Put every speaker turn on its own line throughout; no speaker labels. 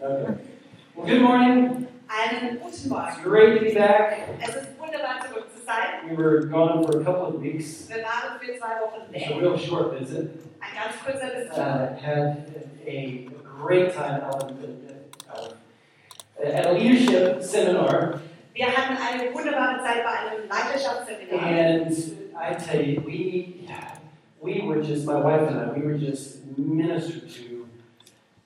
Well, good morning.
Einen guten
It's
Morgen.
great to be back.
Es ist wunderbar, zurück zu sein.
We were gone for a couple of weeks.
Wir waren für zwei Wochen
It's a
weg.
real short visit.
Ein ganz kurzer Besuch.
Uh, had a great time out at, the- at a leadership seminar,
Wir hatten eine wunderbare Zeit bei einem Leiterschaftsseminar.
and I tell you, we we were just my wife and I. We were just ministered to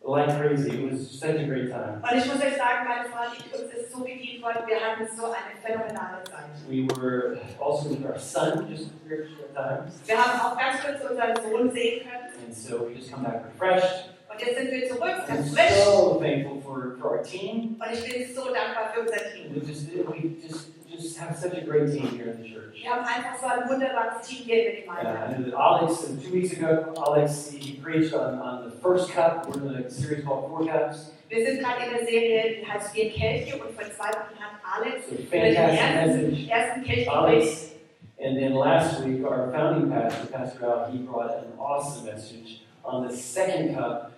like crazy. It was such a great time.
Und ich muss euch sagen, meine Freundin uns ist so bedient worden. Wir hatten so eine phänomenale Zeit.
We were also with our son just a very short time,
Wir haben auch ganz kurz unseren Sohn sehen können.
and so we just come back refreshed.
Und jetzt sind wir zurück,
I'm
ganz frisch.
so thankful for, for our team.
Und ich bin so dankbar für unser Team.
We just we just just have such a great team here in the church.
Wir haben einfach so ein wunderbares Team hier in der
Uh,
Gemeinde.
I know that Alex, uh, two weeks ago, Alex he preached on, on the first cup, or the series called Four Cups.
Wir sind gerade in der Serie, die heißt Wir Kelche. Und vor zwei Wochen hat Alex
So fantastic message,
den ersten Kelch gebracht.
Alex. And then last week, our founding pastor, Pastor Al, he brought an awesome message on the second cup,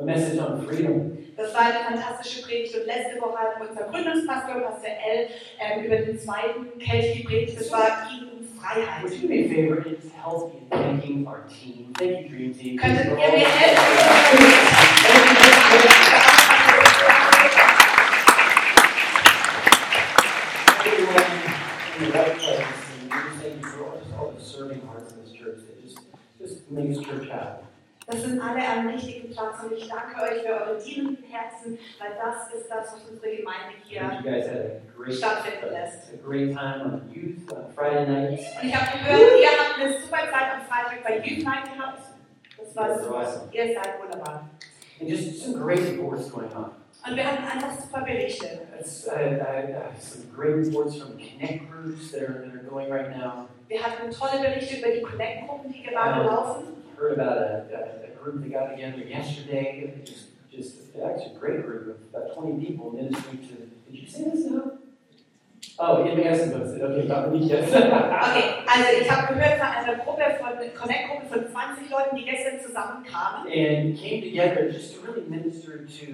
a message on freedom.
Das war eine fantastische Predigt und letzte Woche hat unser Gründungspastor Pastor L ähm, über den zweiten Kelch gepredigt. Das war Frieden und
Would
Freiheit.
you do me a favor and just help me in thanking our team? Thank you, Dream Team.
Könntet ihr
We're
mir
all-
helfen?
Thank you. Everyone in the right place, and we just thank you for all- just all the serving hearts in this church that just, just make this church happen.
Das sind alle am richtigen Platz und ich danke euch für eure dienenden Herzen, weil das ist das, was unsere Gemeinde hier.
And You guys had a great,
Stattfinden lässt.
a great time on youth on Friday nights.
Und ich habe gehört, ihr habt eine super Zeit am Freitag bei Youth Night gehabt. Das war
That's awesome.
super. Ihr seid wunderbar.
And just some great reports going on.
Und wir hatten einfach super Berichte.
That's, I, I, I, some great reports from Connect groups that are, that are going right now.
Wir hatten tolle Berichte über die Connect-Gruppen, die gerade laufen.
Heard about a, a, a group that got together yesterday. Just, just actually a great group of about 20 people ministering to. Did you say this now? Oh, MAS posted. Okay, about me, yes.
Okay, also ich habe gehört von einer Gruppe von Connect-Gruppe von 20 Leuten, die gestern zusammenkamen.
And came together just to really minister to,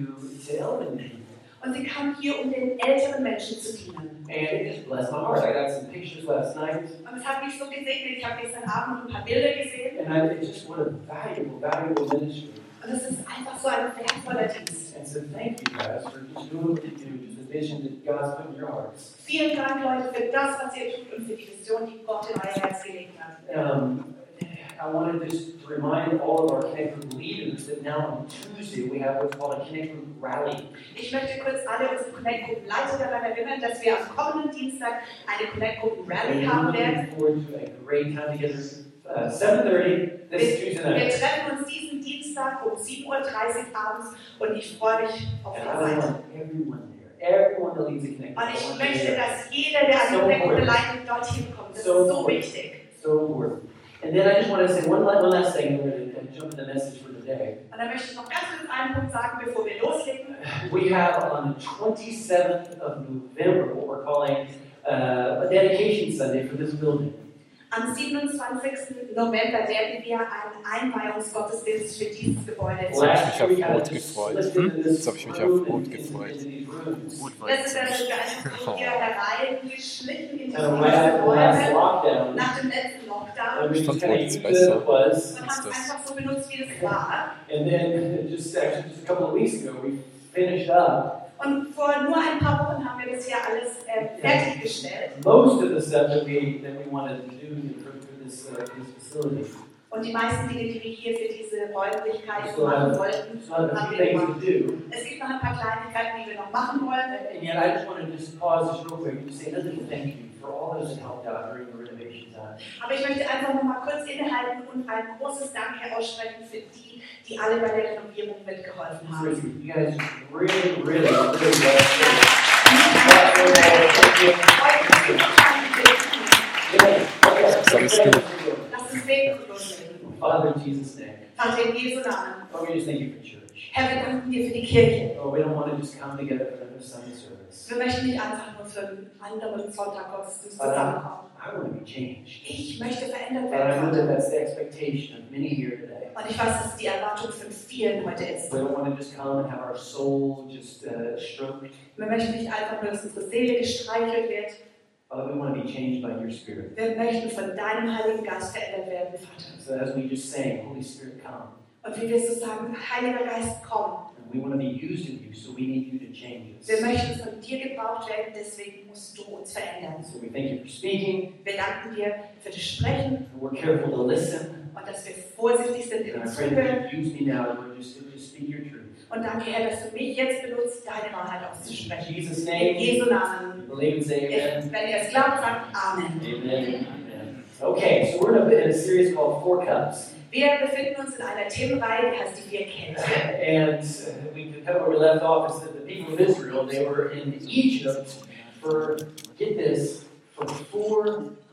to elderly people.
Und sie kamen hier, um den älteren Menschen zu dienen.
And it just blessed my heart. I got some pictures last night,
Und es hat mich so gesegnet. Ich habe gestern Abend noch ein paar Bilder gesehen.
and I think just what a valuable, valuable ministry.
Und es ist einfach so ein wertvoller Dienst.
And so thank you guys for just doing what you do, just the vision that God's put in your hearts.
Vielen Dank, Leute, für das, was ihr tut und für die Vision, die Gott in euer Herz gelegt hat.
Um, I wanted to just to remind all of our Connect Group leaders that now on Tuesday we have what's called a Connect Group rally.
Ich möchte kurz alle unsere Connect-Gruppen-Leiter daran erinnern, dass wir am kommenden Dienstag eine Connect-Gruppen-Rally haben
And
werden.
we're looking forward to a great time together. Uh, 7.30 this Tuesday
Wir
night.
treffen uns diesen Dienstag um 7.30 Uhr abends und ich freue mich auf
And
die
I
Zeit.
want everyone there, everyone that leads a Connect Group.
Und
I
ich
want you
möchte,
there.
dass jeder, der an
So
den Becken
cool.
beleidigt, dorthin kommt. Das
So
ist so
cool.
wichtig.
So important. And then I just want to say one, la- one last thing, and we're going to jump into the message for today.
Und dann möchte ich noch ganz kurz einen Punkt sagen, bevor wir loslegen.
We have on the 27th of November what we're calling uh, a dedication Sunday for this building.
Am 27. November werden wir einen Einweihungsgottesdienst für dieses Gebäude
Jetzt habe
feiern.
ich mich auf Rot gefreut. Hm? Jetzt habe ich mich auf Rot gefreut.
Gut, weil
Das ist also dann so
Oh.
einfach hier hereingeschnitten in dieses Gebäude
Stand
nach dem letzten Lockdown
Rot ist besser.
und haben es
das-
einfach so benutzt, wie es war.
And then, just actually, just a couple of weeks ago, we finished up
Und vor nur ein paar Wochen haben wir das hier alles äh, fertiggestellt.
most of the stuff that we, that we wanted to do to improve this, uh, this facility.
Und die meisten Dinge, die wir hier für diese Räumlichkeiten
So,
machen
ähm,
wollten,
There's not a few things to do.
Es gibt noch ein paar Kleinigkeiten, die wir noch machen wollen.
And yet, I just want to just pause this real quick and say, listen, thank you for all those that helped out during the uh, renovation time.
Aber ich möchte einfach noch mal kurz innehalten und ein großes Danke aussprechen für die, die alle bei der Renovierung mitgeholfen haben.
Seriously, You guys really, really, really well.
Das ist Segen für uns.
Father, in Jesus' name,
Vater, in Jesu Namen.
Lord, we just thank you for church.
Herr, wir danken dir für die Kirche.
Oh, we don't want to just come together for another Sunday service.
Wir möchten nicht einfach nur für einen anderen Sonntag Gottesdienst
Vater.
zusammenkommen.
I want to be changed.
Ich möchte verändert
And I know
werden,
that that's the expectation of many here today.
Vater. Und ich weiß, das ist die Erwartung von vielen heute ist.
We don't want to just come and have our soul just uh, stroked.
Wir möchten nicht einfach nur, dass unsere Seele gestreichelt wird.
Father, we want to be changed by your Spirit.
Wir möchten von deinem Heiligen Geist verändert werden, Vater.
So as we just sang, Holy Spirit, come.
Und wie wir es so sagen, Heiliger Geist, komm.
And we want to be used of you, so we need you to change us.
Wir möchten von dir gebraucht werden, deswegen musst du uns verändern.
So we thank you for speaking,
Wir danken dir für das Sprechen
and we're careful to listen.
und dass wir vorsichtig sind
And
im
I pray
Zuhören.
that you use me now to just, to just speak your truth.
Und danke, Herr, dass du mich jetzt benutzt, deine Wahrheit
In
auszusprechen.
Jesus'
In
name,
Jesu Namen.
we believe and say amen.
Wenn ihr es glaubt, sagt Amen.
Amen. Amen. Okay, so we're in a, bit- in a series called Four Cups.
Wir befinden uns in einer Themenreihe, die heißt die vier Kelche.
And uh, we kind of where we left off is that the people of Israel, they were in Egypt for, get this, for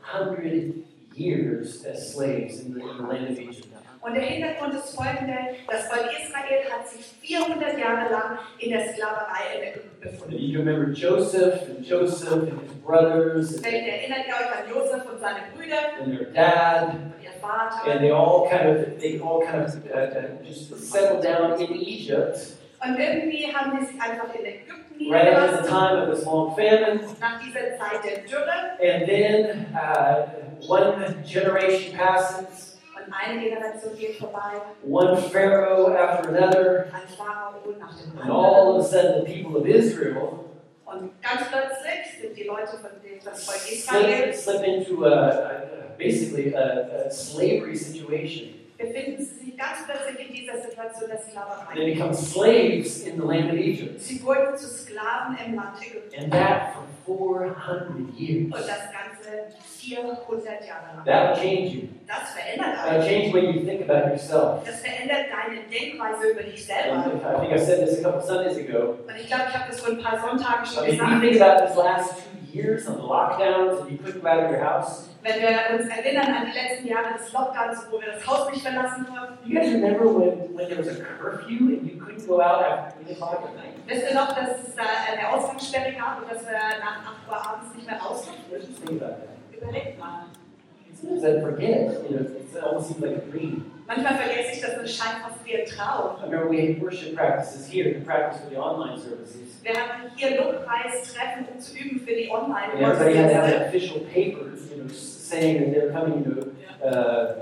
400 years as slaves in the, in the land of Egypt.
Und der Hintergrund ist folgender: Das Volk Israel hat sich 400 Jahre lang in der Sklaverei in Ägypten befunden.
You remember Joseph and Joseph and his brothers and,
Vielleicht erinnert ihr euch an Josef und seine Brüder
and their dad,
und ihr Vater.
and they all kind of they all kind of uh, uh, just settled down in Egypt
Und irgendwie haben die sich einfach in Ägypten
right at the
niedergelassen,
time of this long famine.
nach dieser Zeit der Dürre.
And then uh, one generation passes,
Und eine Generation geht vorbei,
one pharaoh after another,
ein Pharao nach dem
and all
anderen.
of a sudden the people of Israel
Und ganz plötzlich sind die Leute von dem, das Volk Israel
slip, slip into a, a basically a, a slavery situation.
befinden sie sich ganz plötzlich in dieser Situation der Sklaverei.
They become slaves in the land of Egypt.
Sie wurden zu Sklaven im Land Ägypten.
And that for 400 years.
Und das Ganze 400 Jahre lang.
That'll change you.
Das verändert
That'll
alles.
change the way you think about yourself.
Das verändert deine Denkweise über dich selber.
And I think I said this a couple Sundays ago.
Und ich glaube, ich habe das vor ein paar Sonntagen
I
schon
mean, if you
gesagt.
think about this last two years of the lockdowns and you couldn't go out of your house,
Wenn wir uns erinnern an die letzten Jahre des Lockdowns, wo wir das Haus nicht verlassen haben,
you guys remember when, when there was a curfew and you couldn't go out after 8 o'clock at night?
wisst ihr noch, dass es da eine Ausgangssperre gab und dass wir nach 8 Uhr abends nicht mehr raus durften?
What did you think about that?
Überlegt mal.
Sometimes I forget. You know, it's- it almost seems like a dream.
Manchmal vergesse ich das und es scheint fast wie ein Traum.
I remember we had worship practices here, we practiced for the online services.
Wir hatten hier Lobpreistreffen, um zu üben für die online
And everybody had to have an official paper, you know, s- saying that they're coming, you know, uh,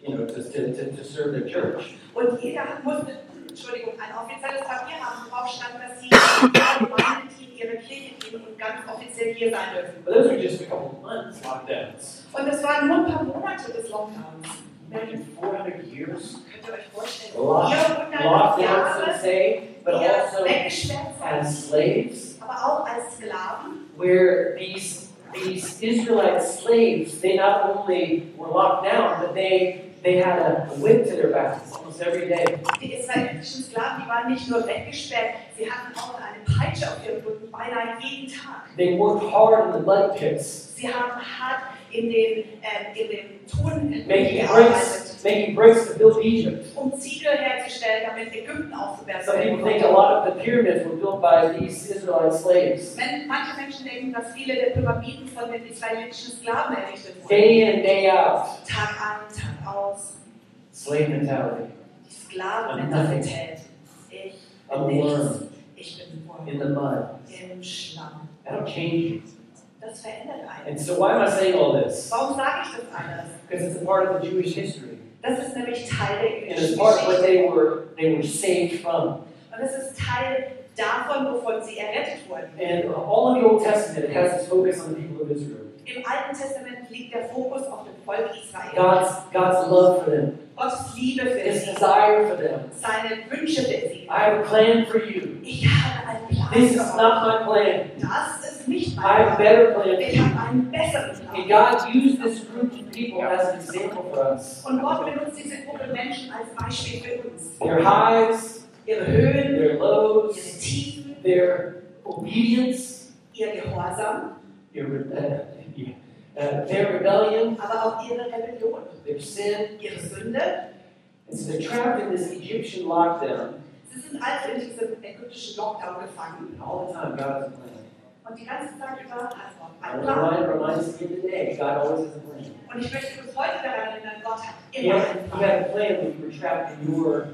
you know, to, to, to, to serve their church.
Und jeder musste, Entschuldigung, ein offizielles Papier haben, worauf stand, dass sie im Gemeindeteam ihre Kirche dienen und ganz offiziell hier sein dürfen.
But those were just a couple of months lockdowns. Um,
Und es waren nur ein paar Monate des Lockdowns.
Imagine 400 years
Könnt ihr euch vorstellen?
Lock-
400
lockdown, some
Jahre,
say,
die
Oh, but
ja
also
weggesperrt waren,
as slaves,
aber auch als Sklaven.
where these these Israelite slaves, they not only were locked down, but they they had a whip to their backs almost every day.
Die israelitischen Sklaven, die waren nicht nur weggesperrt, sie hatten auch eine Peitsche auf ihrem Rücken, beinahe jeden Tag.
They worked hard in the mud pits,
Sie haben hart in den, äh, in den Ton
making bricks, making bricks to build Egypt.
um Ziegel herzustellen, damit Ägypten aufgewertet
Some
werden
people think a
konnte.
lot of the pyramids were built by these Israelite slaves.
Men- Manche Menschen denken, dass viele der Pyramiden von den israelitischen Sklaven errichtet wurden.
Day in, day out,
Tag ein, Tag aus.
slave mentality.
Die Sklavenmentalität. Ich bin
I'm
nichts.
worm
Ich bin Wurm.
in the mud.
Im Schlamm.
That'll change you.
Das verändert einen.
And so, why am I saying all this?
Warum sage ich das alles?
Because it's a part of the Jewish history,
Das ist nämlich Teil der
and it's
jüdischen
part of what
Geschichte.
they were they were saved from.
Und es ist Teil davon, wovon sie errettet wurden.
And all of the Old Testament has this focus on the people of Israel.
Im Alten Testament liegt der Fokus auf dem Volk Israel.
God's God's love for them,
Gottes Liebe für
His
sie,
desire for them.
seine Wünsche für
I
sie.
have a plan for you.
Ich habe einen Plan.
This is
für euch.
not my plan.
das ist
I
nicht mein
have a
Plan.
better plan.
Ich habe einen besseren
And
Plan.
God used this group of people as an example for us.
Und Gott benutzt diese Gruppe Menschen als Beispiel für uns.
Their highs,
Ihre Höhen,
their
ihre
lows,
Tiefen,
their obedience,
ihr Gehorsam,
their, re- uh, uh, their rebellion,
aber auch ihre Rebellion,
their sin.
ihre Sünde.
And so they're trapped in this Egyptian lockdown.
Sie sind also in diesem ägyptischen Lockdown gefangen.
And all the time, God has a plan.
Und die ganze Zeit über hat Gott
I
einen
want
Plan.
to remind, remind us again today, God always has a plan.
Und ich möchte uns heute daran erinnern, Gott hat
You
immer
had,
einen
you
Plan.
had a plan when you were trapped in your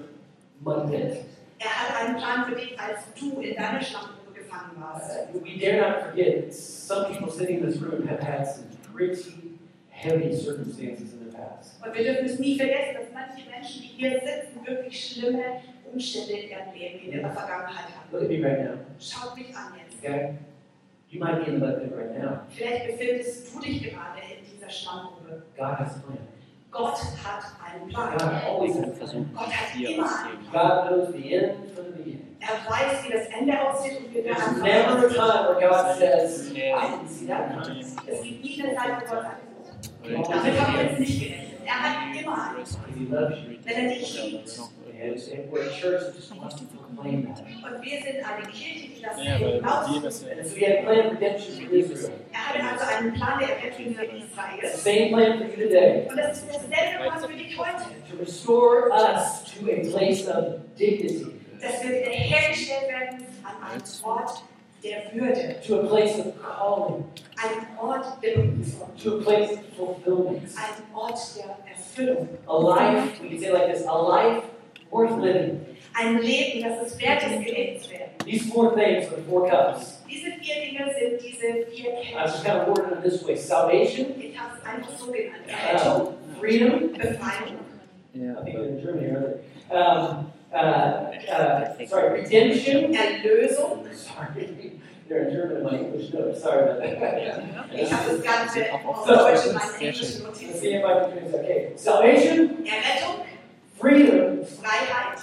Monday.
Er hatte einen Plan für dich, als du in deiner Schlammgrube gefangen warst.
Uh, we dare not forget, some people sitting in this room have had some pretty heavy circumstances in their past.
Und wir dürfen es nie vergessen, dass manche Menschen, die hier sitzen, wirklich schlimme Umstände in ihrem Leben, in ihrer Vergangenheit hatten.
Look at me right now,
Schaut mich an jetzt.
okay? You might be in that thing right now.
Vielleicht befindest du dich gerade in dieser Schlammgrube.
God has a plan.
Gott hat einen Plan.
God always has a plan.
Gott hat immer einen
God
Plan.
knows the end from the beginning.
Er weiß, wie das Ende aussieht und wie wir
There's never a
anfangen.
time where God says, I didn't see that coming.
Es gibt nie eine Zeit, wo Gott sagt,
Because
damit haben wir jetzt nicht gerechnet. Er hat immer einen Plan.
He loves you.
Wenn er dich liebt.
And, and we're a church that just wants to proclaim that.
Und wir sind eine Kirche, die das
Ja, weil die,
hinaus.
was
And so we have a plan of redemption for Israel.
Er hatte also einen Plan der Errettung für Israel.
The same plan for you today.
Und das ist dasselbe Plan für dich heute.
To restore us to a place of dignity,
Dass wir wiederhergestellt werden an einem Ort der Würde.
to a place of calling,
Ein Ort der Berufung.
to a place of fulfillment.
Ein Ort der Erfüllung.
A life, we can say like this, a life worth living.
Ein Leben, das es wert ist, gelebt zu werden.
These four things are the four cups.
Diese vier Dinge sind diese vier
I just
Kämpfe.
kind of worded it this way salvation,
Ich habe es einfach so genannt. Errettung,
uh, freedom,
Befreiung,
I think in Germany, aren't they? Um, uh, uh, sorry, redemption.
Erlösung.
Sorry, they're in German in my English notes. Sorry about that.
Ich habe das Ganze auf
So,
Deutsch
das
in
ist
meinen
sehr
englischen
Let's
Notizen.
see if I can do this. Okay, salvation,
Errettung,
freedom,
Freiheit,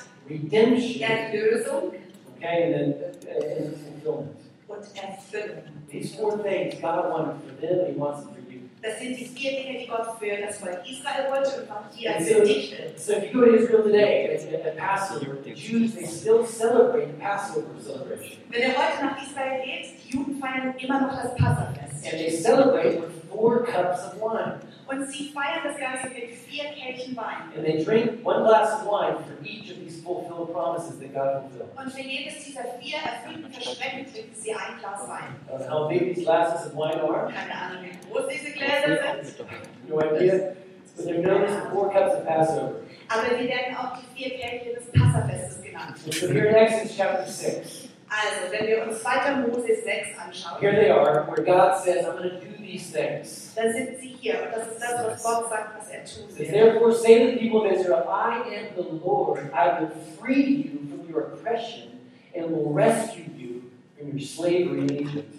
redemption.
Erlösung
Okay, and then uh, and fulfillment.
und Erfüllung.
These four things God wanted for them, and He wants them for you.
Das sind die vier Dinge, die Gott für das Volk Israel wollte und auch die er
Yes.
für dich will.
So if you go to Israel today at, at, at Passover, the Jews they still celebrate the Passover celebration,
Wenn ihr heute nach Israel geht, die Juden feiern immer noch das Passafest.
and they celebrate with four cups of wine.
Und sie feiern das Ganze mit vier Kelchen Wein.
And they drink one glass of wine for each of these fulfilled promises that God fulfilled.
Und für jedes dieser vier erfüllten Versprechen trinken sie ein Glas Wein.
Uh, How big these glasses of wine are?
Keine Ahnung, wie groß diese Gläser sind,
No idea. But they're known as the four cups of Passover.
aber sie werden auch die vier Kelche des Passafestes genannt.
And so here in Exodus chapter 6,
Also, wenn wir uns 2. Mose 6 anschauen,
here they are, where God says, I'm going to do these things.
dann sind sie hier. Und das ist das, was Gott sagt, was er tun
It says,
will.
Therefore, say to the people of Israel, I am the Lord. I will free you from your oppression and will rescue you from your slavery in Egypt.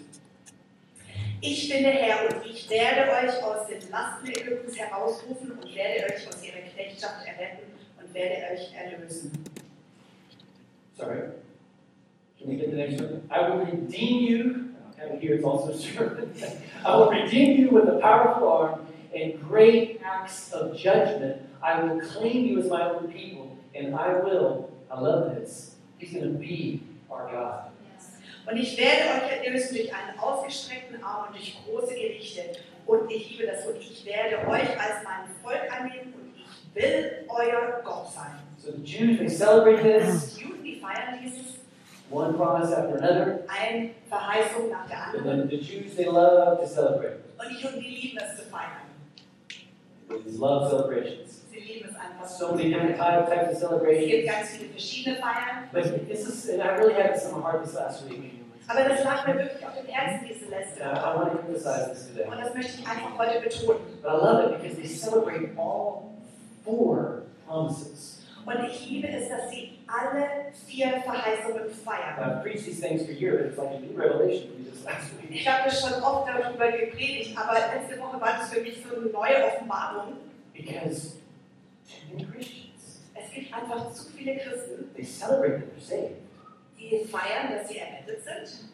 Ich bin der Herr und ich werde euch aus den Lasten Ägyptens herausrufen und werde euch aus ihrer Knechtschaft erretten und werde euch erlösen.
Sorry. Can we get the next one? I will redeem you. And here it's also servant. I will redeem you with a powerful arm and great acts of judgment. I will claim you as my own people, and I will. I love this. He's going to be our God.
Und ich werde euch erlösen durch einen ausgestreckten Arm und durch große Gerichte. Und ich liebe das. Und ich werde euch als mein Volk annehmen und ich will euer Gott sein.
So the Jews they celebrate this
Die Juden, die feiern dieses
one promise after another,
eine Verheißung nach der
and
anderen.
then the Jews they love to celebrate.
Und die Juden, die lieben es zu feiern.
These love celebrations.
Sie lieben es einfach
So
so.
many different types of
Es
celebrations.
gibt ganz viele verschiedene Feiern.
But this is, and I really had some heart this last week.
Aber das lag mir wirklich auf dem Herzen, diese letzte
Uh, I
Woche.
want to emphasize this today.
Und das möchte ich einfach heute betonen.
But I love it because they celebrate all four promises.
Und ich liebe es, dass sie alle vier Verheißungen feiern.
I've preached these things for years, but it's like a new revelation for me just last week.
Ich habe schon oft darüber gepredigt, aber letzte Woche war das für mich so eine neue Offenbarung.
Because too many Christians,
Es gibt einfach zu viele Christen,
they celebrate that they're saved,
die feiern, dass sie errettet sind,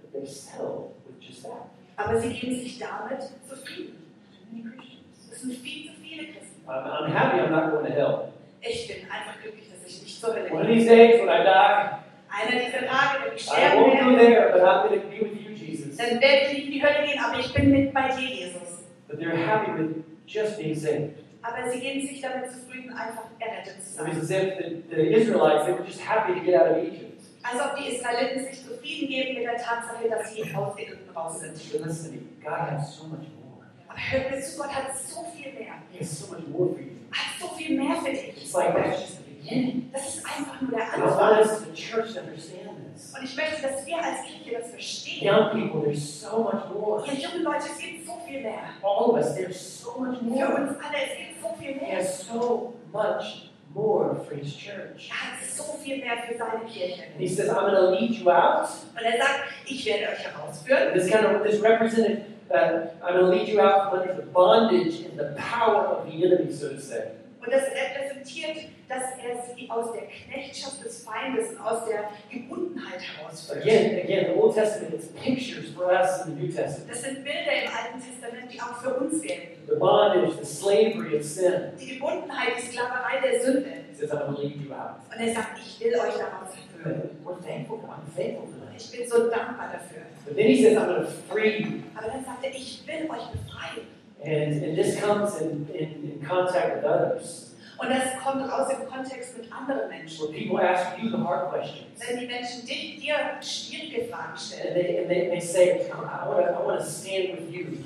but they settle with just that.
aber sie geben sich damit zufrieden.
Too many Christians.
Es sind viel zu viele Christen.
I'm, I'm happy I'm not going to hell.
Ich bin einfach glücklich, dass ich nicht zur Hölle
One of
gehe.
these days when I die,
Einer dieser Tage, wenn ich
I
sterben
won't be
werde,
there, but I'm going to be with you, Jesus.
dann werde ich nicht in die Hölle gehen, aber ich bin mit bei dir, Jesus.
But they're happy with just being saved.
Aber sie geben sich damit zufrieden, einfach errettet zu
It was
sein.
as if the, the Israelites, they were just happy to get out of Egypt.
Als Also ob die Israeliten sich zufrieden geben mit der Tatsache, dass sie aus Ägypten raus sind.
But listen to me, God has so much more.
Aber hör mir zu, Gott hat so viel mehr.
He has so much more for you.
Hat so viel mehr für dich.
It's like that's just the beginning. beginning.
Das ist einfach nur der
And I want
Anfang.
us, the church, to understand this.
Und ich möchte, dass wir als Kirche das verstehen.
Young people, there's so much more.
Ihr jungen Leute, es gibt so viel mehr.
All of us, there's so much
Für
more.
uns alle, es gibt so viel mehr.
There's so much more for his church.
Er hat so viel mehr für seine Kirche.
And he says, I'm going to lead you out.
Und er sagt, ich werde euch herausführen.
This kind of this represented that I'm going to lead you out from under the bondage and the power of the enemy, so to say.
Und das repräsentiert, dass er sie aus der Knechtschaft des Feindes und aus der Gebundenheit herausführt.
Again, again, the Old Testament is pictures for us in the New Testament.
Das sind Bilder im Alten Testament, die auch für uns gelten.
The bondage, the slavery of sin.
Die Gebundenheit, die Sklaverei der Sünde.
He says, I'm going to lead you out.
Und er sagt, ich will euch daraus führen.
We're thankful. I'm thankful for that.
Ich bin so dankbar dafür.
But then he says, I'm going to free you.
Aber dann sagt er, ich will euch befreien.
And, and this comes in, in, in contact with others.
Und das kommt raus im Kontext mit anderen Menschen.
Where people ask you the hard questions.
Wenn die Menschen dich, dir schwierige Fragen
And
stellen,
they, and they, they say, I want to I want to stand with you.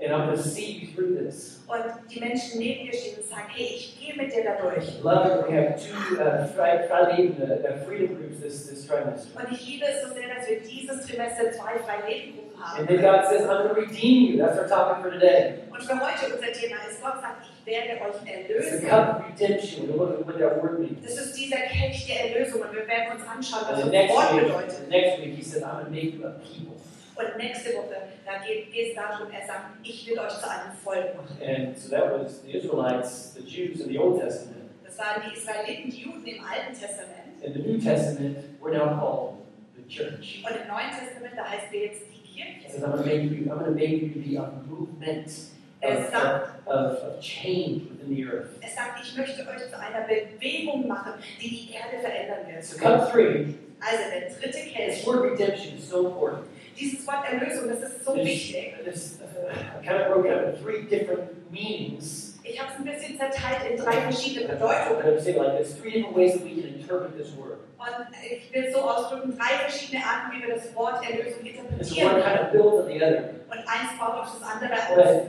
And I'm going to see you through this.
Und die Menschen neben dir stehen und sagen, hey, ich gehe mit dir da durch.
Love it. We have two uh, Fre- Freileben, uh, uh, freedom groups this, this trimester.
Und ich liebe es so sehr, dass wir dieses Trimester zwei freie Lebengruppen
And
haben.
then God says, I'm going to redeem you. That's our topic for today.
Und für heute unser Thema ist, Gott sagt, ich werde euch
It's the
erlösen.
cup of redemption. We're going to look at what that word means.
Das ist dieser Kelch der Erlösung und wir werden uns anschauen, was
And the Also
das
next
Wort
week,
bedeutet.
the next week, he says, I'm going to make you a people.
Und nächste Woche, da geht geht es darum, er sagt, ich will euch zu einem Volk machen.
And so that was the Israelites, the Jews in the Old Testament.
Das waren die Israeliten, die Juden im Alten Testament.
In the New Testament, we're now called the church.
Und im Neuen Testament, da heißt wir jetzt die
He
Kirche.
says, I'm going to make you, I'm going to make you to be a movement of,
Er sagt,
of, of change within the earth.
er sagt, ich möchte euch zu einer Bewegung machen, die die Erde verändern wird.
So cup three,
Also der dritte
This
Kelch,
word redemption is so important.
dieses Wort Erlösung, das ist so wichtig.
This, uh, I kind of broke it up in three different meanings.
Ich habe es ein bisschen zerteilt in drei verschiedene
And I'm
Bedeutungen.
going to say it like this three different ways that we can interpret this word.
Und ich will es so ausdrücken, drei verschiedene Arten, wie wir das Wort Erlösung
And so one
interpretieren.
kind of builds on the other.
Und eins baut auf das andere aus.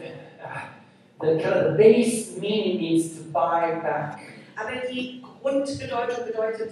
But uh, the kind of the base meaning means to buy back.
Aber die Grundbedeutung bedeutet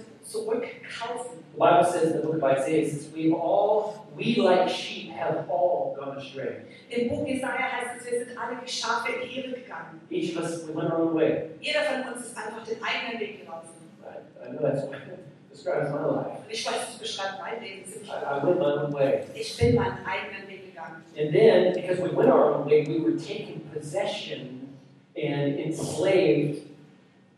zurückkaufen.
The Bible says in the book of Isaiah, it says, We've all, we like sheep have all gone astray.
Im Buch Jesaja heißt es, wir sind alle wie Schafe in die Irre gegangen.
Each of us, we went our own way.
Jeder von uns ist einfach den eigenen Weg gelaufen.
I, I know that's what describes my life.
Und ich weiß, das beschreibt mein Leben ziemlich
I,
gut.
I went my own way.
Ich bin meinen eigenen Weg gegangen.
And then, because we went our own way, we were taken possession and enslaved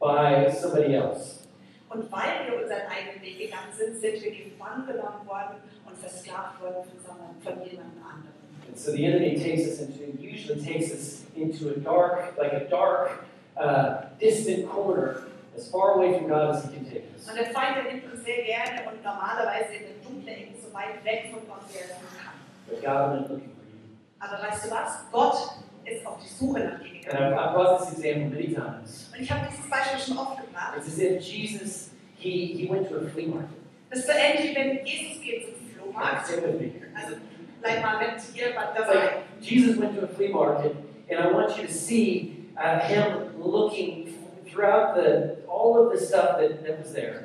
by somebody else.
Und weil wir unseren eigenen Weg gegangen sind, sind wir gefangen genommen worden und versklavt worden von, sondern- von jemand anderem.
And so the enemy takes us into, usually takes us into a dark, like a dark, uh, distant corner, as far away from God as he can take us.
Und der Feind der nimmt uns sehr gerne und normalerweise in den dunklen Ecken so weit weg von Gott, wie er nur kann.
But God went looking for
Aber weißt du was? Gott ist auf die Suche nach dir
you. And
gegangen.
I've, I've brought this example many times.
Und ich habe dieses Beispiel schon oft gebracht.
It's as if Jesus, he, he went to a flea market.
Das ist so ähnlich, wenn Jesus geht zum Flohmarkt.
Stay with me here.
Also bleib mal mit hier dabei.
Like Jesus went to a flea market, and I want you to see uh, him looking throughout the all of the stuff that, that was there.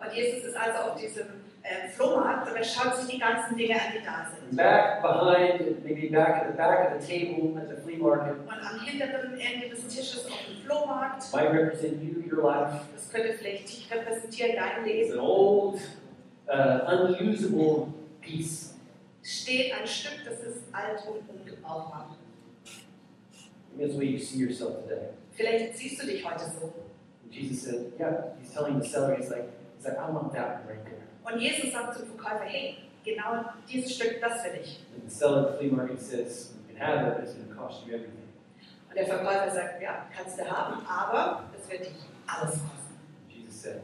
Und Jesus ist also auf diesem äh, Flohmarkt und er schaut sich die ganzen Dinge an, die da sind.
Back behind, maybe back at the back of the table at the flea market
Und am hinteren Ende des Tisches auf dem Flohmarkt,
might represent you, your life.
das könnte vielleicht dich repräsentieren, dein
It's
Leben,
an old, uh, unusable piece.
steht ein Stück, das ist alt und ungebrauchbar.
Maybe That's the way you see yourself today.
Vielleicht siehst du dich heute so.
And Jesus said, "Yeah." He's telling the seller, he's like, he's like, "I want that one right there."
Und Jesus sagt zum Verkäufer, hey, genau dieses Stück, das will ich.
And the seller at the flea market says, "You can have it, but it's going to cost you everything."
Und der Verkäufer sagt, ja, kannst du haben, aber es wird dich alles kosten.
Jesus said,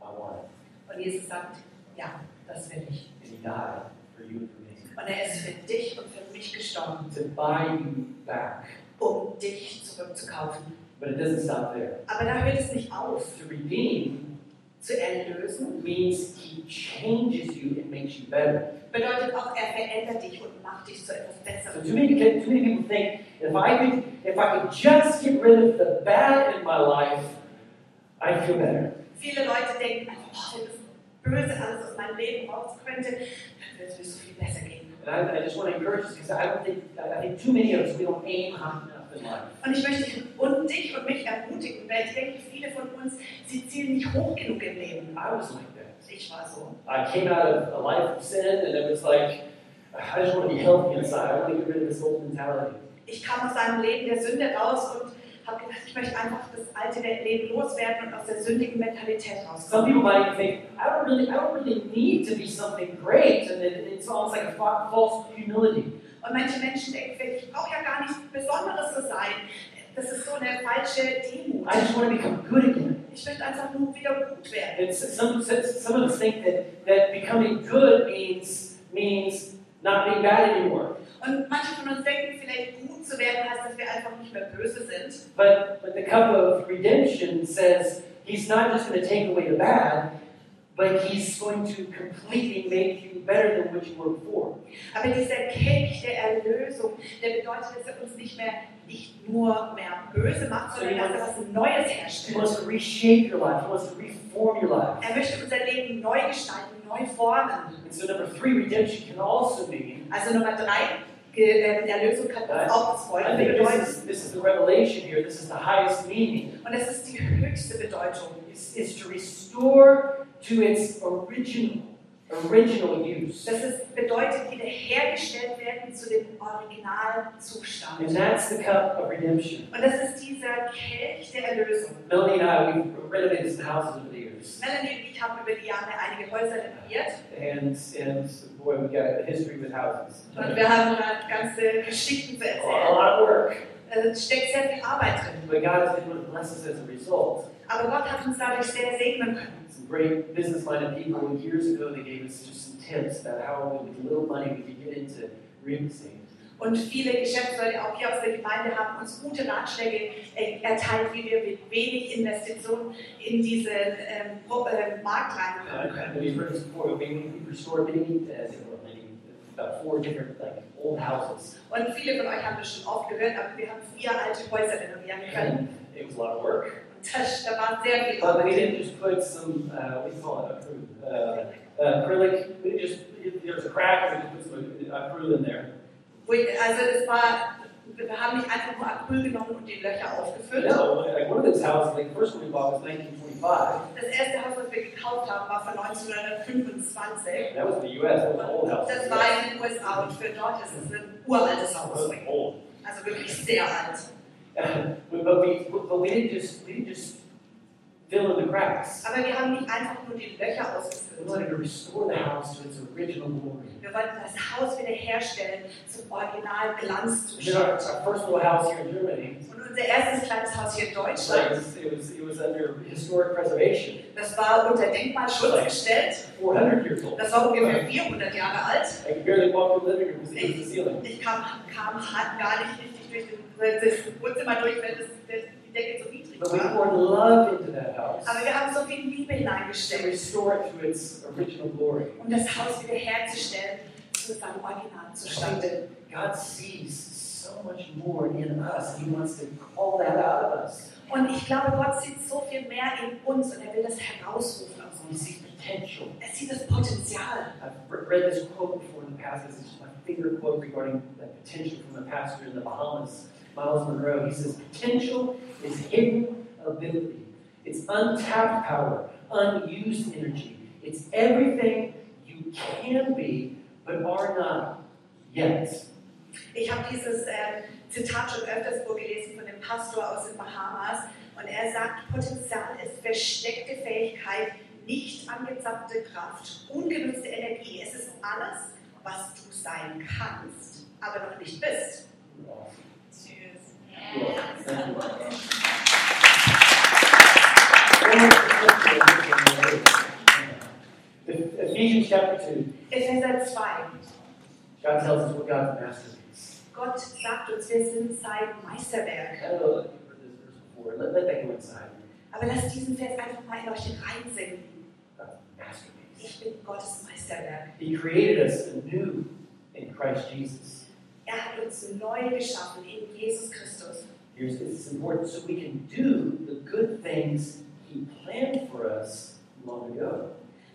"I want it."
Und Jesus sagt, ja, das will ich.
and he died for you and for me.
Und er ist für dich und für mich gestorben,
To buy you back.
um dich zurückzukaufen.
But it doesn't stop there.
Aber da hört es nicht auf.
To redeem
Zu erlösen
means he changes you and makes you better.
bedeutet auch, er verändert dich und macht dich zu etwas
So
Besserem.
too many, too many people think if I could if I could just get rid of the bad in my life, I'd feel better.
Viele Leute denken, oh, wenn das Böse alles aus meinem Leben raus könnte, dann würde es mir so viel besser gehen.
And I, I just want to encourage us because I don't think, I think too many of us, we don't aim high enough in life.
Und ich möchte dich und dich und mich ermutigen, weil ich denke, viele von uns, sie zielen nicht hoch genug im Leben.
I was like that.
Ich war so.
I came out of a life of sin and it was like, I just want to be healthy inside. I want to get rid of this old mentality.
Ich kam aus einem Leben der Sünde raus und habe gedacht, ich möchte einfach das alte Weltleben loswerden und aus der sündigen Mentalität
Some
rauskommen.
people might think, I don't really, I don't really need to be something great, and it, it's almost like a fa- false humility.
Und manche Menschen denken, ich brauche ja gar nichts Besonderes zu sein. Das ist so eine falsche Demut.
I just want to become good again.
Ich möchte einfach nur wieder gut werden.
And s- some some of us think that that becoming good means means not being bad anymore.
Und manche von uns denken, vielleicht gut zu werden heißt, dass wir einfach nicht mehr böse sind.
But but the cup of redemption says he's not just going to take away the bad, but he's going to completely make you better than what you were before.
Aber dieser Kelch der Erlösung, der bedeutet, dass er uns nicht mehr nicht nur mehr böse macht, sondern dass er was Neues
He
herstellt.
wants to reshape your life. He wants to reform your life.
Er möchte unser Leben neu gestalten, neu formen.
And so number three, redemption can also mean
Also Nummer drei, Ge- äh, Erlösung kann uns auch das
I
Folgende
think this
bedeuten.
is, this is the revelation here. This is the highest meaning.
Und das ist die höchste Bedeutung.
It's, it's to restore to its original, original use.
dass es bedeutet, wiederhergestellt werden zu dem Originalzustand.
And that's the cup of redemption.
Und das ist dieser Kelch der Erlösung.
Melanie and I, we've renovated some houses over the years.
Melanie und ich haben über die Jahre einige Häuser renoviert
And, and boy, we've got a history with houses.
und wir haben da ganze Geschichten zu
A
erzählen.
lot of work.
Also Es steckt sehr viel Arbeit drin.
But God has been blessed us as a result.
Aber Gott hat uns dadurch sehr segnen können.
Some great business minded people years ago, they gave us just some tips about how with little money we could get into real estate.
Und viele Geschäftsleute auch hier aus der Gemeinde haben uns gute Ratschläge äh, erteilt, wie wir mit wenig Investitionen in diesen ähm, Pro- äh, Markt reinkommen.
And we've heard this before, we, we restored many, as it were, many, about four different, like, old houses.
Und viele von euch haben das schon oft gehört, aber wir haben vier alte Häuser renovieren können.
And it was a lot of work.
Und das, da war sehr viel
But we
Arbeit.
didn't just put some, uh, what do you call it, acrylic, uh, uh, acrylic, we didn't just, if there was a crack, we just put some acrylic in there.
Wo ich, also das war, wir haben nicht einfach nur Acryl genommen und die Löcher
But
aufgefüllt.
no, like, one of those houses, like, the first one we bought was nineteen twenty-five,
Das erste Haus, was wir gekauft haben, war von 1925.
that was in the US, that was an old house.
Das war in den USA und für dort ist es ein uraltes Haus.
It was old.
Also wirklich sehr alt.
But, but we, but we didn't just, we didn't just fill in the cracks.
Aber wir haben nicht einfach nur die Löcher
We
ausgefüllt.
wanted to restore the house to its original glory.
Wir wollten das Haus wiederherstellen zum originalen
Then our,
Glanzzustand.
our first little house here in Germany,
Und unser erstes kleines Haus hier in
it's like,
Deutschland,
it was, it was, it was under historic preservation,
Das war unter Denkmalschutz gestellt.
400 years old.
Das war ungefähr 400 Jahre alt.
I could barely walk through the living room because it was the ceiling.
Ich kam, kam hart gar nicht richtig durch das das Wohnzimmer durch, weil das, das, die Decke so niedrig
But we
war.
poured love into that house
Aber wir haben so viel Liebe
to
hineingesteckt,
restore it to its original glory.
um das Haus wiederherzustellen zu seinem Originalzustand.
God sees so much more in us. He wants to call that out of us.
Und ich glaube, Gott sieht so viel mehr in uns und er will das herausrufen aus
He
uns.
sees potential.
Er sieht das Potenzial.
I've re- read this quote before in the past. This is my favorite quote regarding that potential from a pastor in the Bahamas, Miles Monroe. He says, Potential is hidden ability, it's untapped power, unused energy. It's everything you can be but are not yet.
Ich habe dieses ähm, Zitat schon öfters vorgelesen von dem Pastor aus den Bahamas und er sagt, Potenzial ist versteckte Fähigkeit, nicht angezapfte Kraft, ungenutzte Energie. Es ist alles, was du sein kannst, aber noch nicht bist. Tschüss.
Ephesians chapter 2,
Epheser 2.
God tells us what God's masterpiece.
Gott sagt uns, wir sind sein Meisterwerk.
I don't know if you've heard this verse before. Let, let that go inside.
Aber lasst diesen Vers einfach mal in euch reinsinken.
God's masterpiece.
Ich bin Gottes Meisterwerk.
He created us anew in Christ Jesus.
Er hat uns neu geschaffen in Jesus Christus.
Here's this is important so we can do the good things He planned for us long ago.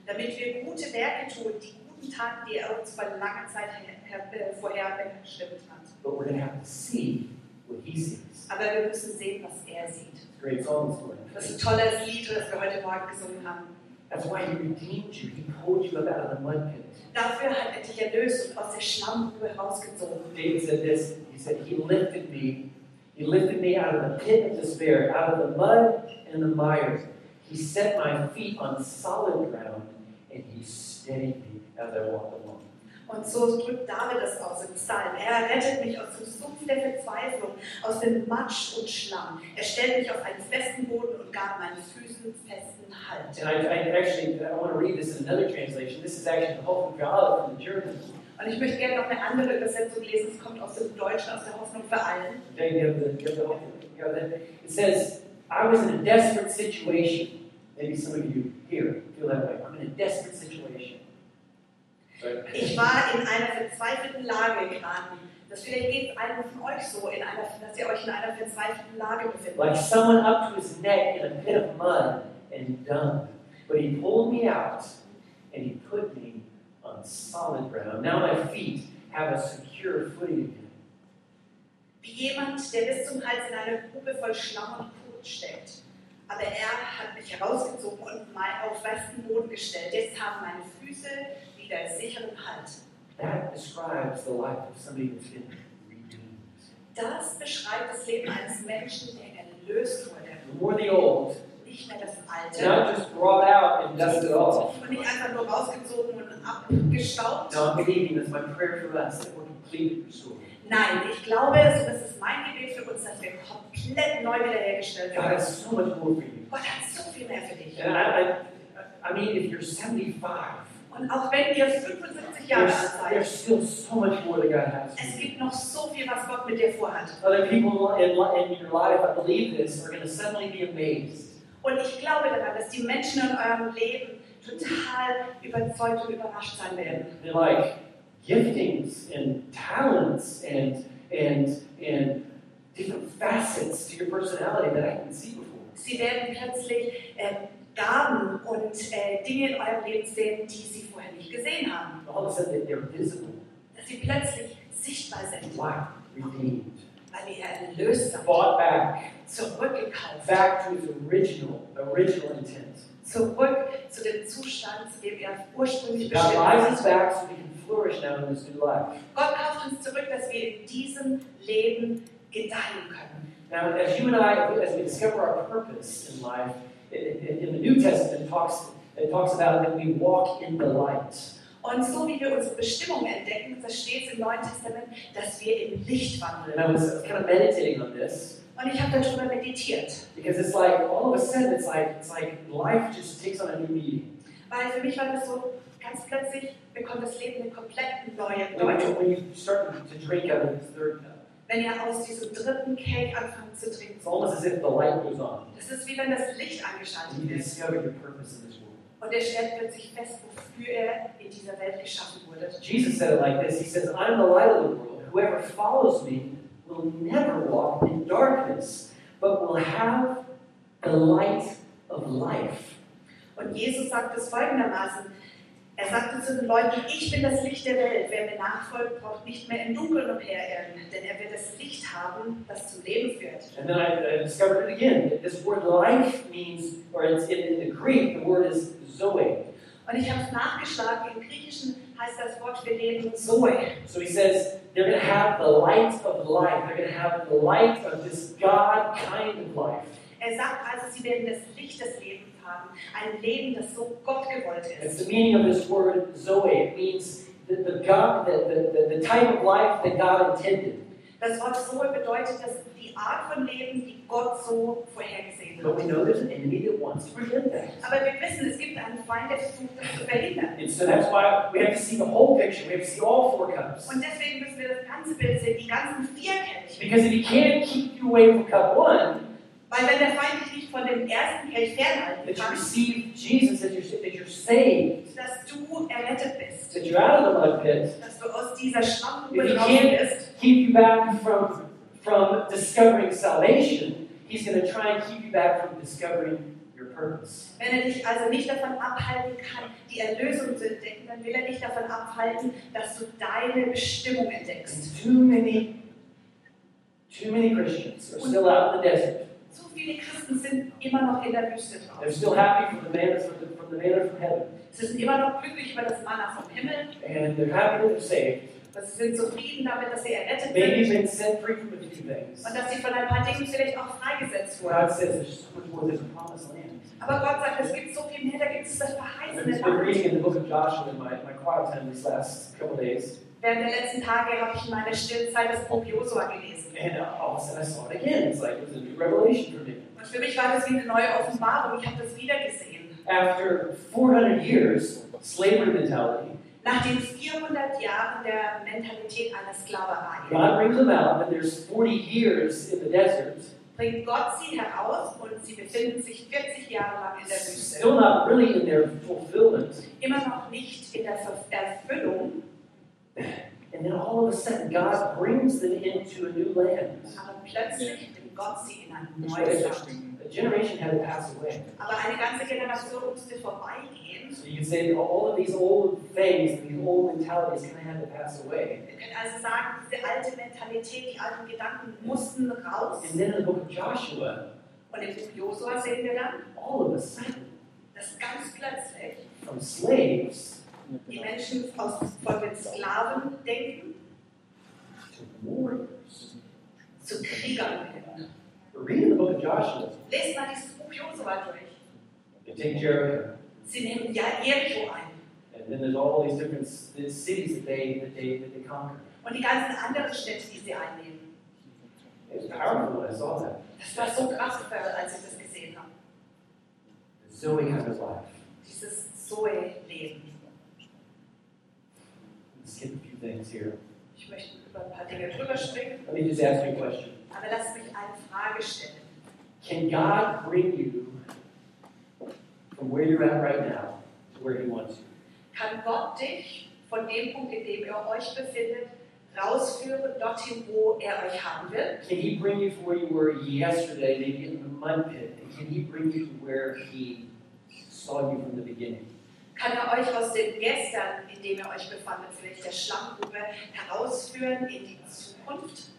damit wir gute Werke tun, die guten Taten, die er uns vor langer Zeit her, her, äh, vorher bestimmt hat.
But we're going to have to see what he sees.
Aber wir müssen sehen, was er sieht.
It's a great song this morning.
Das ist ein tolles Lied, das wir heute Morgen gesungen haben.
That's why he redeemed you. He pulled you up out of the mud pit.
Dafür hat er dich erlöst und aus der Schlammgrube herausgezogen.
David said this. He said, He lifted me. He lifted me out of the pit of despair, out of the mud and the mire. He set my feet on solid ground, and He steadied me as I walked along.
Und so drückt David das aus im Psalm. Er rettet mich aus dem Sumpf der Verzweiflung, aus dem Matsch und Schlamm. Er stellt mich auf einen festen Boden und gab meinen Füßen festen Halt.
And I, I actually I want to read this in another translation. This is actually the Hope of God from the German.
Und ich möchte gerne noch eine andere Übersetzung lesen. Es kommt aus dem Deutschen, aus der Hoffnung für allen.
Okay, you have the, you have the Hope of God. It says, "I was in a desperate situation." Maybe some of you here feel that way. I'm in a desperate situation.
Ich war in einer verzweifelten Lage geraten. Das vielleicht geht einem von euch so, in einer, dass ihr euch in einer verzweifelten Lage befindet.
like someone up to his neck in a pit of mud and dung. But he pulled me out and he put me on solid ground. Now my feet have a secure footing again.
Wie jemand, der bis zum Hals in einer Grube voll Schlamm und Kot steckt. Aber er hat mich herausgezogen und mal auf festen Boden gestellt. Jetzt haben meine Füße wieder sicheren Halt.
That describes the life of somebody who's been redeemed.
Das beschreibt das Leben eines Menschen, der erlöst wurde.
The more the old,
Nicht mehr das Alte.
not just brought out and dusted off.
Und nicht einfach nur rausgezogen und abgestaubt.
Now I'm believing that's my prayer for us that we're completely restored.
Nein, ich glaube, also das ist mein Gebet für uns, dass wir komplett neu wiederhergestellt
God
werden.
has so much more for you.
Gott hat so viel mehr für dich.
And I, I, I mean, if you're 75,
Und auch wenn ihr 75 Jahre
there's,
alt seid,
there's still so much more that God has for
es
you.
gibt noch so viel, was Gott mit dir vorhat.
Other people in, li- in your life, I believe this, are going to suddenly be amazed.
Und ich glaube daran, dass die Menschen in eurem Leben total überzeugt und überrascht sein werden.
They're like giftings and talents and and and different facets to your personality that I didn't see before.
Sie werden plötzlich äh, Gaben und äh, Dinge in eurem Leben sehen, die sie vorher nicht gesehen haben.
All of a sudden, they're visible.
Dass sie plötzlich sichtbar sind,
Why? Redeemed.
weil ihr erlöst seid,
Bought back.
zurückgekauft
Back to its original, original intent.
zurück zu dem Zustand, zu dem er ursprünglich
God
bestimmt
buys us
war.
back so we can flourish now in this new life.
Gott kauft uns zurück, dass wir in diesem Leben gedeihen können.
Now, as you and I, as we discover our purpose in life, in, in, in the New Testament, it talks, it talks about that we walk in the light.
Und so wie wir unsere Bestimmung entdecken, da steht es im Neuen Testament, dass wir im Licht wandeln.
And I was kind of meditating on this
Und ich habe darüber meditiert,
because it's like all of a sudden it's like it's like life just takes on a new meaning.
weil für mich war das so, ganz plötzlich bekommt das Leben eine komplett neue
When you,
Bedeutung.
when you start to drink out of this third cup,
Wenn ihr aus diesem dritten Kelch anfangt zu trinken,
it's almost as if the light goes on.
das ist wie wenn das Licht
And
angeschaltet
you
wird.
discover your purpose in this world.
Und ihr stellt plötzlich fest, wofür er in dieser Welt geschaffen wurde.
Jesus said it like this. He says, "I'm the light of the world. Whoever follows me will never walk in darkness, but will have the light of life."
Und Jesus sagt es folgendermaßen. Er sagte zu den Leuten, ich bin das Licht der Welt. Wer mir nachfolgt, braucht nicht mehr im Dunkeln umherirren, denn er wird das Licht haben, das zum Leben führt.
And then I, I discovered it again. That this word "life" means, or it's in, in the Greek, the word is "zoe."
Und ich habe es nachgeschlagen, im Griechischen heißt das Wort für Leben Zoe.
So he says they're going to have the light of life. They're going to have the light of this God kind of life.
Er sagt also, sie werden das Licht des Lebens haben, ein Leben, das so Gott gewollt
It's
ist.
the meaning of this word Zoe. It means the, the God, the, the, the, the type of life that God intended.
Das Wort Zoe bedeutet, dass die Art von Leben, die Gott so vorhergesehen
But we
hat.
know there's an enemy that wants to prevent that.
Aber wir wissen, es gibt einen Feind, der versucht, das zu verhindern.
And so that's why we have to see the whole picture. We have to see all four cups.
Und deswegen müssen wir das ganze Bild sehen, die ganzen vier Kelche.
Because if he can't keep you away from cup one,
Weil wenn der Feind dich nicht von dem ersten Kelch fernhalten
that you
kann,
receive Jesus, that you're, that you're saved,
dass du errettet bist,
that you're out of the mud pit,
dass du aus dieser
If
Schlammgrube
you
raus
can't-
bist,
keep you back from from discovering salvation. He's going to try and keep you back from discovering your purpose.
Wenn er dich also nicht davon abhalten kann, die Erlösung zu entdecken, dann will er dich davon abhalten, dass du deine Bestimmung entdeckst.
And too many, too many Christians are still out in the desert.
Zu viele Christen sind immer noch in der Wüste
They're
drauf.
still happy for the manna from the, from the manna from heaven,
Sie sind immer noch glücklich über das Manna vom Himmel.
and they're happy that they're saved.
Dass sie sind zufrieden damit, dass sie errettet
Maybe
sind.
been set free from a few things.
Und dass sie von ein paar Dingen vielleicht auch freigesetzt wurden.
God says there's so much more. There's a promised land.
Aber Gott sagt, es gibt so viel mehr, da gibt es
I've
das verheißene
just been
Land.
reading in the book of Joshua in my, my quiet time these last couple days,
Während der letzten Tage habe ich in meiner stillen Zeit das Buch Josua gelesen.
and all of a sudden I saw it again. It's like it was a new revelation for me.
Und für mich war das wie eine neue Offenbarung. Ich habe das wieder gesehen.
After 400 years, slavery mentality,
Nach den 400 Jahren der Mentalität einer Sklaverei
God brings them out, and there's 40 years in the desert,
bringt Gott sie heraus und sie befinden sich 40 Jahre lang in der Wüste.
still not really in their fulfillment.
Immer noch nicht in der Ver- Erfüllung,
And then all of a sudden, God brings them into a new land.
aber plötzlich bringt Gott sie in ein
It's
neues
really
Land.
interesting. A generation had to pass away.
Aber eine ganze Generation musste vorbeigehen.
So you can say that all of these old things, these old mentalities, kind of had to pass away.
Wir können also sagen, diese alte Mentalität, die alten Gedanken mussten raus.
And then in the book of Joshua,
Und im Buch Josua sehen wir dann,
all of a sudden,
dass ganz plötzlich
from slaves
die Menschen aus, von den Sklaven denken
to warriors.
zu Kriegern werden.
Read in the book of Joshua.
Lest mal dieses Buch Josua durch.
They take Jericho,
Sie nehmen ja Jericho ein
and then there's all these different s- the cities that they that they that they conquer.
und die ganzen anderen Städte, die sie einnehmen.
It was powerful when I saw that.
Das war so krass, als ich das gesehen habe.
Zoe kind of life.
Dieses Zoe-Leben.
Let's skip a few things here.
Ich möchte über ein paar Dinge drüber springen,
Let me just ask you a question.
aber lasst mich eine Frage stellen.
Can God bring you from where you're at right now to where He wants you?
Kann Gott dich von dem Punkt, in dem ihr euch befindet, rausführen dorthin, wo er euch haben will?
Can He bring you from where you were yesterday, maybe in the mud pit? And can He bring you to where He saw you from the beginning?
Kann er euch aus dem Gestern, in dem ihr euch befandet, vielleicht der Schlammgrube, herausführen in die Zukunft?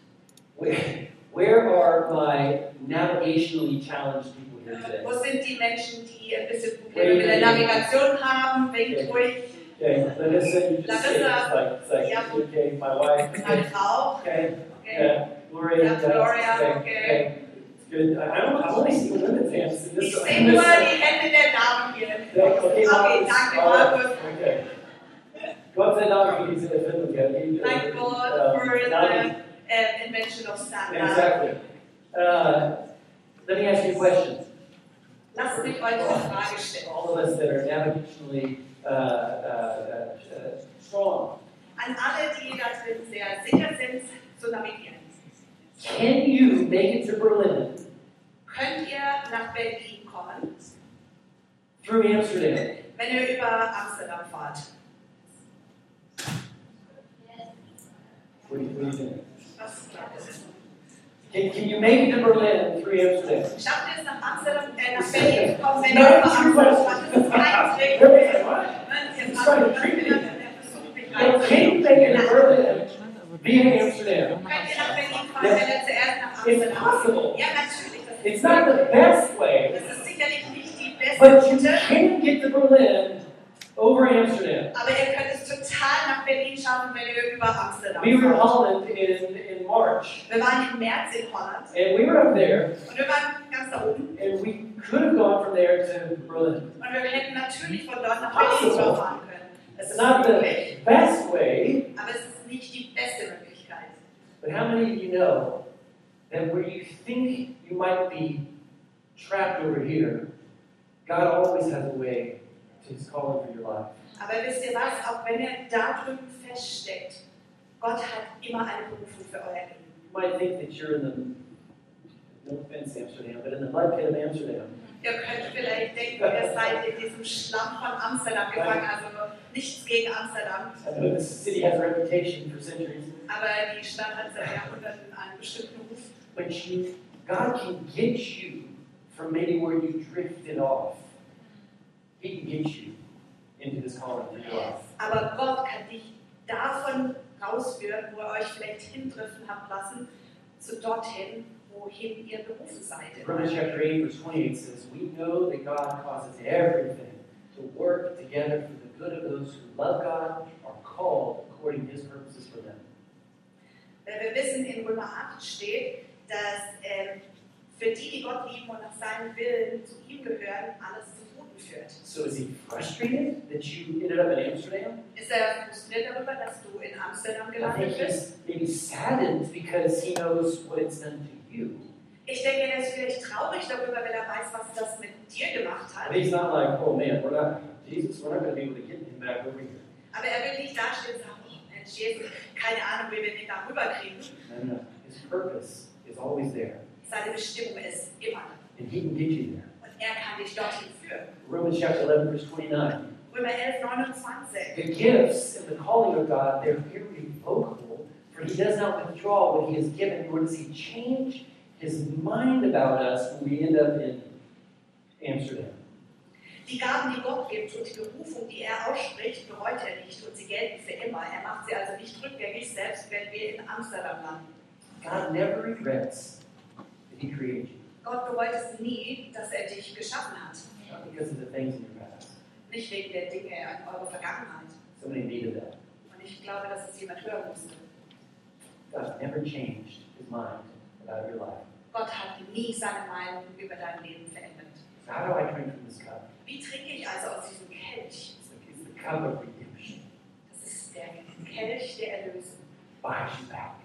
Where, where are my navigationally challenged people here today?
Wo sind die Menschen, die ein bisschen Probleme mit der Navigation haben? Winkt ruhig,
Okay, Larissa, you just said it's like, it's like,
Yeah.
okay, my wife,
meine Frau.
okay,
Okay.
yeah, Gloria,
Yeah,
that's-
Gloria,
okay,
okay.
okay. It's Good, I, I don't, I've only seen women's hands in
Ich
this.
sehe
in
nur
this-
die Hände der Damen hier.
Yeah,
Okay,
okay, Marcus,
danke,
all right,
Markus.
Okay. Gott sei Dank, wie diese Erfindung, ja, die-
Thank God
ähm,
for
Navi-
the äh, invention of standard.
Exactly. Uh, let me ask you a question.
Lasst mich euch eine Frage stellen.
All of us that are navigationally, uh, uh, uh, strong,
An alle, die da drin sehr sicher sind zu navigieren.
Can you make it to Berlin
Könnt ihr nach Berlin kommen,
through Amsterdam?
wenn ihr über Amsterdam fahrt?
What do you, what do you think?
Was glaubt ihr?
Can, can you make it to Berlin through Amsterdam?
Schafft ihr es nach Amsterdam, äh, nach Berlin zu kommen, wenn
Nein,
ihr über Amsterdam fahrt? Das ist kein Trick.
What? Can you make it to Berlin via Amsterdam? It's possible.
Ja, natürlich. Das
It's not the best way,
Das ist sicherlich nicht die beste
but you
Route,
can get to Berlin over Amsterdam.
aber ihr könnt es total nach Berlin schaffen, wenn ihr über Amsterdam
We were in
fahrt.
Holland in, in March,
Wir waren im März in Holland
and we were up there,
und wir waren ganz da oben
and we could have gone from there to Berlin.
und wir hätten natürlich von dort nach Berlin
Possible.
überfahren können. Das ist
Not the-
möglich,
Best way
aber es ist nicht die beste Möglichkeit.
But how many of you know that where you think you might be trapped over here, God always has a way to his calling for your life?
Aber wisst ihr was, auch wenn ihr da drüben feststeckt, Gott hat immer eine Berufung für euer Leben.
You might think that you're in the, no offense, Amsterdam, but in the mud pit of Amsterdam.
Ihr könnt vielleicht denken, ihr seid in diesem Schlamm von Amsterdam gefangen, also nichts gegen Amsterdam,
I know this city has a reputation for centuries,
aber die Stadt hat seit Jahrhunderten einen bestimmten Ruf.
but you, God can get you from maybe where you drifted off. He can get you into this calling that you are.
Aber Gott kann dich davon rausführen, wo er euch vielleicht hindriften habt lassen, zu dorthin, wohin ihr berufen seid.
Romans chapter 8, verse 28 says, We know that God causes everything to work together for the good of those who love God, are called according to his purposes for them.
Weil wir wissen, in Römer 8 steht, dass ähm, für die, die Gott lieben und nach seinem Willen zu ihm gehören, alles zum Guten führt.
So is he frustrated that you ended up in Amsterdam?
Ist er frustriert darüber, dass du in Amsterdam
I think
gelandet bist?
he's maybe saddened because he knows what it's done to you.
Ich denke, er ist vielleicht traurig darüber, weil er weiß, was das mit dir gemacht hat.
But he's not like, oh man, we're not, Jesus, we're not going to be able to get him back over here.
Aber er will nicht dastehen und sagen, oh Mensch, Jesus, keine Ahnung, wie wir den da rüberkriegen.
No, no, no. His purpose is always there,
Seine Bestimmung ist immer da.
and he can get you there.
Und er kann dich dorthin führen.
Romans chapter 11, verse 29.
Römer 11, 29.
The gifts and the calling of God, they're irrevocable, for he does not withdraw what he has given, nor does he change his mind about us when we end up in Amsterdam.
Die Gaben, die Gott gibt und die Berufung, die er ausspricht, bereut er nicht und sie gelten für immer. Er macht sie also nicht rückgängig, selbst wenn wir in Amsterdam landen.
God never regrets that he created you,
Gott bereut es nie, dass er dich geschaffen hat.
not because of the things in your past.
Nicht wegen der Dinge an eurer Vergangenheit.
Somebody needed that.
Und ich glaube, dass es jemand hören musste.
God never changed his mind about your life.
Gott hat nie seine Meinung über dein Leben verändert.
So how do I drink from this cup?
Wie trinke ich also aus diesem Kelch?
It's the- It's the cup of redemption.
Das ist der Kelch der Erlösung.
Buys you back.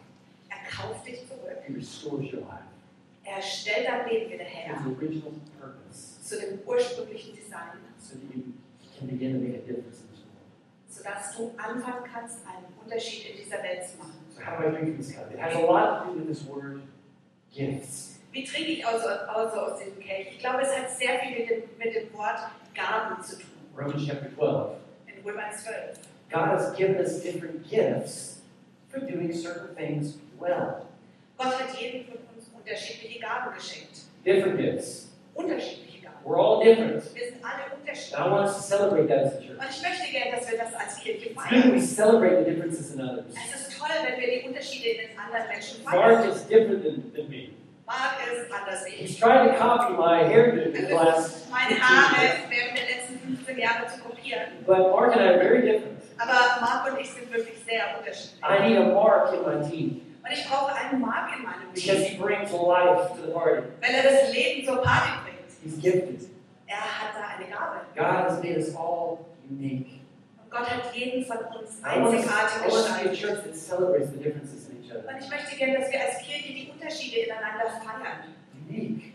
Er kauft dich zurück.
He restores your life.
Er stellt dein Leben wieder
to His
her
original purpose.
zu dem ursprünglichen Design,
so that you can begin to make a difference in this world.
sodass du anfangen kannst, einen Unterschied in dieser Welt zu machen.
So how do I drink from this cup? It has a lot to do with this word gifts.
Wie trinke ich also, also aus diesem Kelch? Ich glaube, es hat sehr viel mit dem, mit dem Wort Gaben zu tun.
Romans chapter 12.
In Römer 12.
God has given us different gifts for doing certain things well.
Gott hat jedem von uns unterschiedliche Gaben geschenkt.
Different gifts.
Unterschiedliche Gaben.
We're all different.
Wir sind alle unterschiedlich.
And I want us to celebrate that as a church.
Und ich möchte gerne, dass wir das als Kirche
It's good
feiern.
we celebrate the differences in others.
Es ist toll, wenn wir die Unterschiede in den anderen Menschen
Mark
feiern.
is different than, than me.
Mark ist anders als
He's
ich. Also,
trying to copy my hairdo in the last,
Meine Haare während der letzten 15 Jahre zu kopieren.
but Mark and I are very different.
Aber Mark und ich sind wirklich sehr unterschiedlich.
I need a Mark in my team
Und ich brauche einen Mark in meinem
because
Leben,
he brings life to the party.
weil er das Leben zur Party bringt.
He's gifted.
Er hat da eine Gabe.
God has made us all unique.
Und Gott hat jeden von uns
I want us
einzigartig
I want us to be a
gestaltet.
church that celebrates the differences in each other.
Und ich möchte gerne, dass wir als Kirche die Unterschiede ineinander feiern.
Unique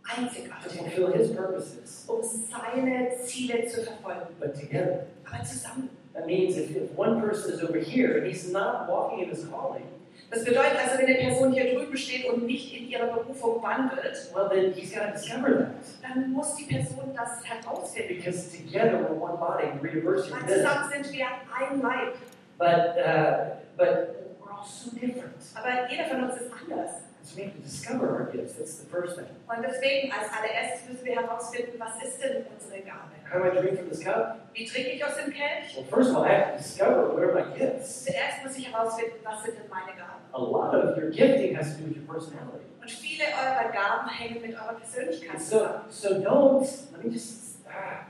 to
Einzigartig.
fulfill His purposes,
Um seine Ziele zu verfolgen.
but together.
Aber zusammen.
That means if, if one person is over here and he's not walking in his calling,
Das bedeutet also, wenn eine Person hier drüben steht und nicht in ihrer Berufung wandelt,
well, then he's got to discover that.
dann muss die Person das herausfinden.
Because together we're one body, we're diverse, we're
Weil
this.
zusammen sind wir ein Leib,
But, uh, but we're all so different.
aber jeder von uns ist anders.
So we have to discover our gifts. That's the first thing.
Und deswegen als allererstes müssen wir herausfinden, was ist denn unsere Gabe?
How do I drink from this cup?
Wie trinke ich aus dem Kelch?
Well, first of all, I have to discover what are my gifts.
Zuerst muss ich herausfinden, was sind denn meine Gaben?
A lot of your gifting has to do with your personality.
Und viele eurer Gaben hängen mit eurer Persönlichkeit zusammen.
So, so don't, let me just, ah,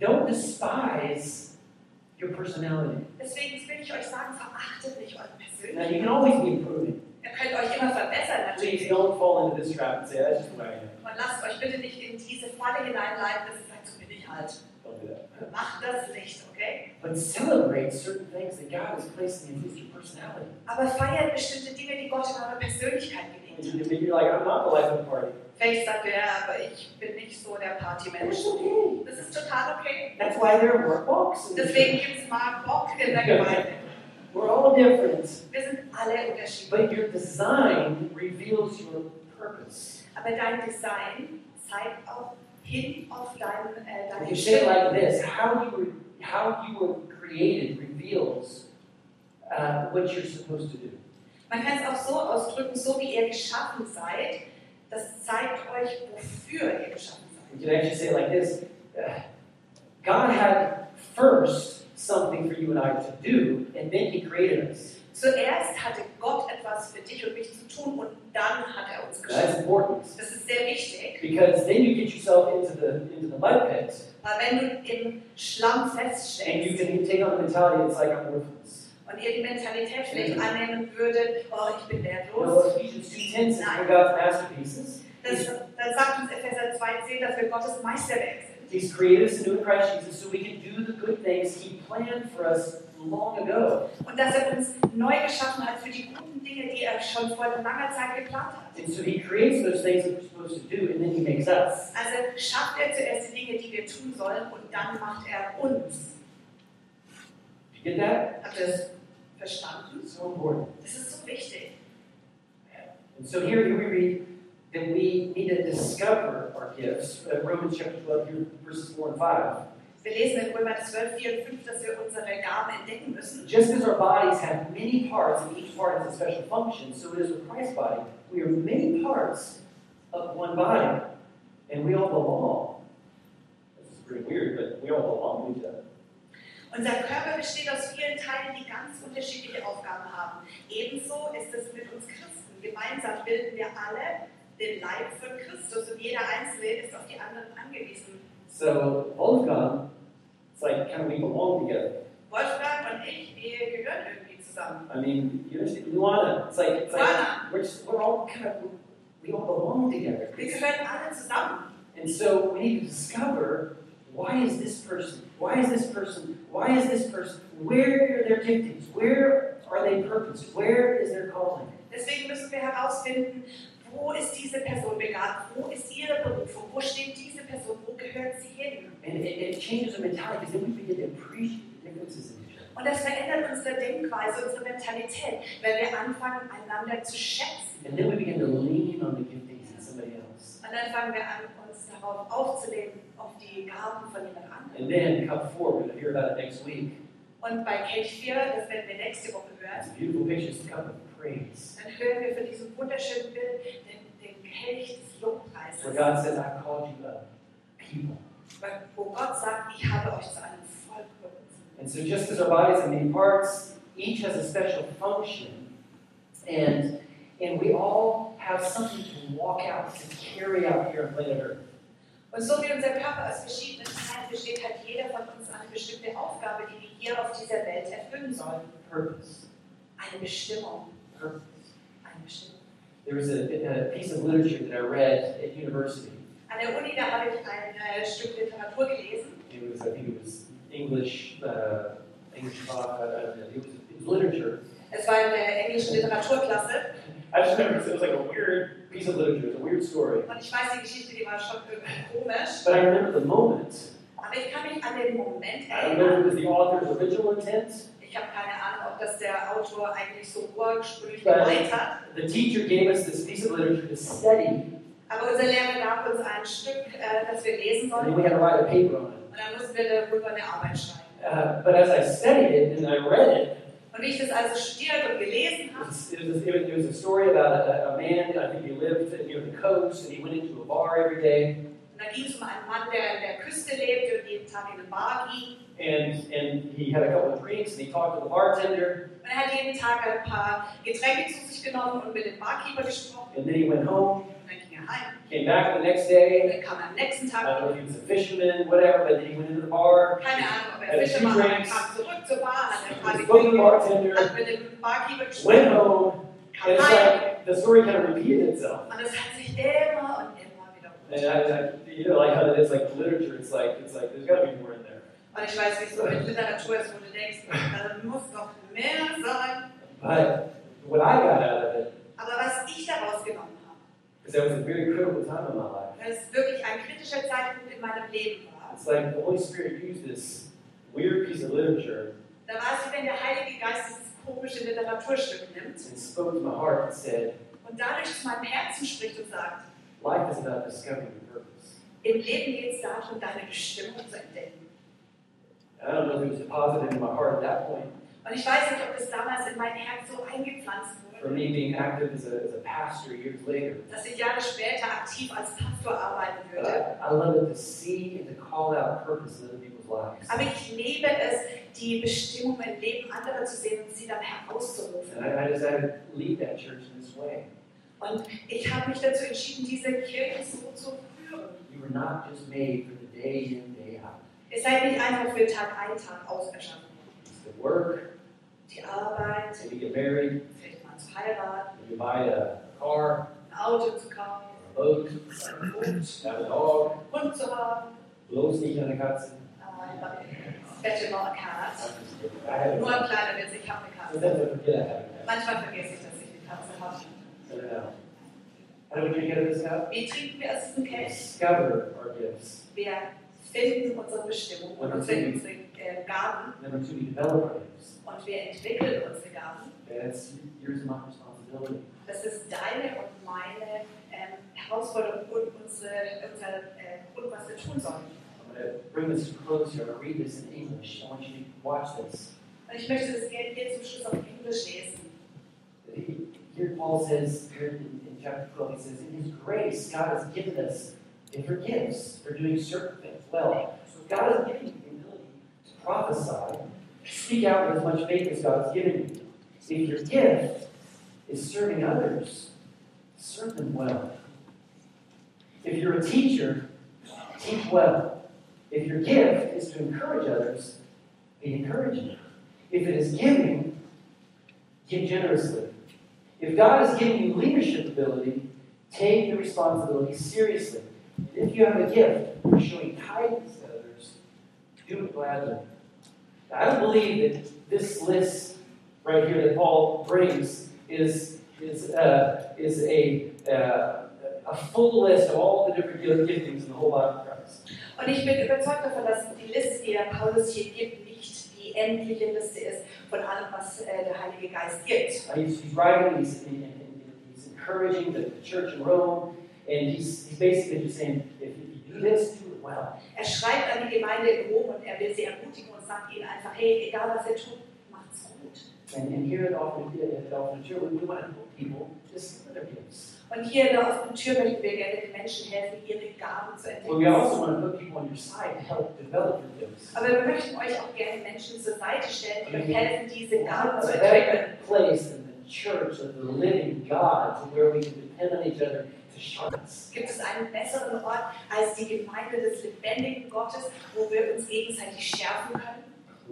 don't despise your personality.
Deswegen will ich euch sagen, verachtet nicht eure
Now, you
Persönlichkeit.
can always be improving.
Ihr könnt euch immer verbessern
Please
natürlich.
don't fall into this trap and say, that's just the way I am.
Und lasst euch bitte nicht in diese Falle hineinleiten, dass ihr sagt, so bin ich halt.
Don't do that.
Macht das nicht, okay?
But celebrate certain things that God is placing in you, your personality.
Aber feiert bestimmte Dinge, die Gott in eurer Persönlichkeit gelegt hat.
Maybe you're like, I'm not the life of the party.
Vielleicht sagt ihr, ja, aber ich bin nicht so der Partymensch.
That's okay.
Das ist total okay.
That's why there are work walks. in the
Deswegen
church.
gibt es mal Bock in der Gemeinde.
We're all different.
Wir sind alle unterschiedlich.
But your design reveals your purpose.
Aber dein Design zeigt auch hin auf dein, äh, deine
If you say it
Bestimmung.
like this, how you were, how you were created reveals uh, what you're supposed to do.
Man kann es auch so ausdrücken, so wie ihr geschaffen seid, Das zeigt euch, wofür ihr geschaffen seid.
We can actually say it like this uh, God had first something for you and I to do, and then He created us.
Zuerst hatte Gott etwas für dich und mich zu tun und dann hat er uns
That's
geschaffen.
important
Das ist sehr wichtig,
because then you get yourself into the into the mud pit,
weil wenn du im Schlamm
and you
feststeckst
can take on the mentality it's like I'm worthless.
und ihr die Mentalität vielleicht annehmen würdet, oh, ich bin
You know,
wertlos,
Ephesians two ten says we're God's masterpieces.
das, dann sagt uns Epheser 2,10, dass wir Gottes Meisterwerk sind.
He's created us new in Christ Jesus so we can do the good things He planned for us long ago.
Und dass er uns neu geschaffen hat für die guten Dinge, die er schon vor langer Zeit geplant hat.
And so He creates those things that we're supposed to do, and then He makes us.
Also schafft er zuerst die Dinge, die wir tun sollen und dann macht er uns.
Did you get that?
Habt ihr das verstanden?
It's so important.
Das ist so wichtig.
And so here we read that we need to discover our gifts. Uh, Romans chapter 12, here, verses 4 and 5.
Wir lesen in Römer 12, 4 und 5, dass wir unsere Gaben entdecken müssen.
Just as our bodies have many parts and each part has a special function, so it is with Christ's body. We are many parts of one body, and we all belong. This is pretty weird, but we all belong to each other.
Unser Körper besteht aus vielen Teilen, die ganz unterschiedliche Aufgaben haben. Ebenso ist es mit uns Christen. Gemeinsam bilden wir alle den Leib von Christus und jeder Einzelne ist auf die anderen angewiesen.
So, Wolfgang, it's like kind of we belong together.
Wolfgang und ich, wir gehören irgendwie zusammen.
I mean, you understand? Luana, it's like, it's like
Juana,
we're, just, we're all kind of, we all belong together.
wir gehören alle zusammen.
And so we need to discover why is this person, why is this person, why is this person, where are their giftings, where are they purposed, where is their calling?
Deswegen müssen wir herausfinden, wo ist diese Person begabt, wo ist ihre Berufung, wo steht diese Person, wo gehört sie hin.
And it, it changes our mentality because then we begin to appreciate the differences in each other.
Und das verändert unsere Denkweise, unsere Mentalität, wenn wir anfangen, einander zu schätzen.
And then we begin to lean on the giftings in somebody else.
Und dann fangen wir an, uns darauf aufzulehnen, auf die Gaben von jemand anderem.
And then come forward, we'll hear about it next week.
Und bei Kate 4, das werden wir nächste Woche hören,
It's a beautiful picture, it's a cup of praise.
dann hören wir von diesem wunderschönen Bild den, den Kelch des
Where
Lobpreises,
God says, I called you a people.
wo Gott sagt, ich habe euch zu einem Volk berufen.
And so, just as our bodies have many parts, each has a special function, and and we all have something to walk out, to carry out here on planet Earth.
Und so wie unser Körper aus verschiedenen Teilen besteht, hat jeder von uns eine bestimmte Aufgabe, die wir hier auf dieser Welt erfüllen sollen.
Purpose,
Eine Bestimmung.
purpose.
Eine Bestimmung.
There was a, a piece of literature that I read at university.
An der Uni, da habe ich ein äh, Stück Literatur gelesen.
It was, I think, it was English, uh, English, uh, uh, it, was, it was literature.
Es war in der englischen Literaturklasse.
I just remember it was like a weird piece of literature. It was a weird story,
Und ich weiß, die Geschichte, die war schon irgendwie komisch.
but I remember the moment.
Aber ich kann mich an den Moment
I don't know if it
erinnern.
was the author's original intent.
Ich habe keine Ahnung, ob das der Autor eigentlich so ursprünglich
Weil-
gemeint hat.
The teacher gave us this piece of literature to study
Aber unser Lehrer gab uns ein Stück, äh, das wir lesen
And
sollten.
then we had to write a paper on
Und dann mussten wir darüber eine Arbeit schreiben.
it. Uh, but as I studied it and I read it,
Und wie ich das also studiert und gelesen
it
habe,
was, it was, it was a story about a, a man, I think he lived near the coast, and he went into a bar every day.
und da ging es um einen Mann, der an der Küste lebte und jeden Tag in eine Bar ging.
And, and he had a couple of drinks, and he talked to the bartender,
Und er hat jeden Tag ein paar Getränke zu sich genommen und mit dem Barkeeper gesprochen.
and then he went home,
Und dann ging er heim.
came back the next
Und
day.
dann kam er am nächsten
I
Tag
don't know
wieder.
if he was a fisherman, whatever, but then he went into the bar,
Keine Ahnung, ob
Äh,
er Fische
Few
war, aber er
drinks.
kam zurück zur Bar, hat ein paar
he spoke to the
Getränke,
bartender,
hat mit dem Barkeeper
went
gesprochen,
home, and
kam
it's
heim.
like the story kind of repeated itself.
Und das hat sich immer und immer
And
wiederholt.
I, I you know, like how it is, like literature, it's like, it's like, there's gotta be more in there.
Und ich weiß, wie es so mit Literatur ist, wo du denkst, da muss noch mehr sein.
But what I got out of it,
Aber was ich daraus genommen habe,
because that was a very critical time in my life,
weil es wirklich ein kritischer Zeitpunkt in meinem Leben war.
it's like the Holy Spirit used this weird piece of literature
Da war es, wie wenn der Heilige Geist dieses komische Literaturstück nimmt
and spoke to my heart and said,
und dadurch zu meinem Herzen spricht und sagt,
Life is about discovering your purpose.
im Leben geht es darum, deine Bestimmung zu entdecken.
And I don't know if it was deposited in my heart at that point,
Und Und ich weiß nicht, ob das damals in mein Herz so eingepflanzt
For
wurde,
me, being active as a, as a pastor years later,
dass ich Jahre später aktiv als Pastor arbeiten
But
würde.
I, I love it to see and to call out purpose in other people's lives.
Aber ich liebe es, die Bestimmung im Leben anderer zu sehen und sie dann herauszurufen.
And I, I decided to lead that church in this way.
Und ich habe mich dazu entschieden, diese Kirche so zu führen.
You were not just made for the day in, day out.
Ihr seid nicht einfach für Tag ein, Tag aus erschaffen.
It's the work,
Die Arbeit,
so we get married,
vielleicht mal zu heiraten,
you buy a car,
ein Auto zu kaufen,
a boat,
einen Hund,
have a dog,
einen Hund zu haben,
bloß nicht an der Katze.
ein Special on a
I
Card.
just- I had a
Nur ein
car.
kleiner Witz, ich habe eine Katze.
Sometimes I forget I have a cat.
Manchmal vergesse ich, dass ich eine Katze habe.
I don't know. How do we drink out of this now?
Wie trinken wir aus diesem Kelch?
Discover our gifts.
Wir finden unsere Bestimmung und unsere, unsere äh, Gaben
Number two, we develop our gifts.
und wir entwickeln unsere Gaben.
That's yours and my responsibility.
Das ist deine und meine ähm, Herausforderung und unsere, unser, äh, und was wir tun sollen.
I'm going to bring this to close here. I'm going to read this in English. I want you to watch this.
Und ich möchte das gerne hier zum Schluss auf Englisch lesen.
He- Here Paul says, here in, in chapter 12, he says, In his grace, God has given us and forgives for doing certain things well. So God has given you the ability to prophesy, speak out with as much faith as God has given you. If your gift is serving others, serve them well. If you're a teacher, teach well. If your gift is to encourage others, be encouraging. If it is giving, give generously. If God is giving you leadership ability, take the responsibility seriously. And if you have a gift for showing kindness to others, do it gladly. Now, I don't believe that this list right here that Paul brings is is uh, is a uh, a full list of all the different gift- giftings in the whole body of Christ.
Und ich bin überzeugt davon, dass die Liste, die der Paulus hier gibt, nicht die endliche Liste ist von allem, was äh, der Heilige Geist gibt.
Uh, He's, he's writing, he's, and- and- and he's encouraging the, the church in Rome, and he's, he's basically just saying, if you do this, do it well.
Er schreibt an die Gemeinde in Rom und er will sie ermutigen und sagt ihnen einfach, hey, egal was ihr tut, macht's gut.
And, and here at Dolphin, at Dolphin Church, we want to help people discover their gifts.
Und hier in der offenen Tür möchten wir gerne den Menschen helfen, ihre Gaben zu
But we also
entdecken.
want to put people on your side to help develop your gifts.
Aber wir möchten euch auch gerne Menschen zur Seite stellen, die euch helfen, diese
Mhm.
Gaben zu
A
entwickeln.
better place than the church of the living God to where we can depend on each other to sharpen us.
Gibt es einen besseren Ort als die Gemeinde des lebendigen Gottes, wo wir uns gegenseitig schärfen können?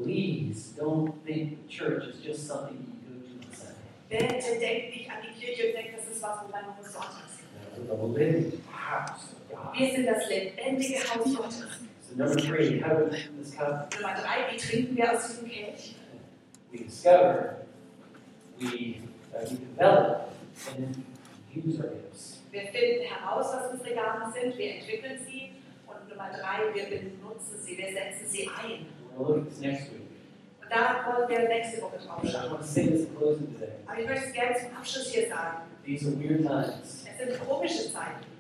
Please don't think the church is just something you go to on Sunday.
Bitte denkt nicht an die Kirche und denkt, das ist was, wo man nur Sonntag ist.
We're the living house of God.
Wir sind das lebendige Haus Gottes.
So number three, how do we drink this cup?
Nummer drei, wie trinken wir aus diesem Kelch?
We discover, we, uh, we develop, and then we use our gifts.
Wir finden heraus, was unsere Gaben sind, wir entwickeln sie und Nummer drei, wir benutzen sie, wir setzen sie ein.
We'll look at this next week.
Und da wollen wir nächste Woche drauf
I just
schauen.
want to say this in closing today.
Aber ich möchte es gerne zum Abschluss hier sagen.
These are weird times.
Es sind komische Zeiten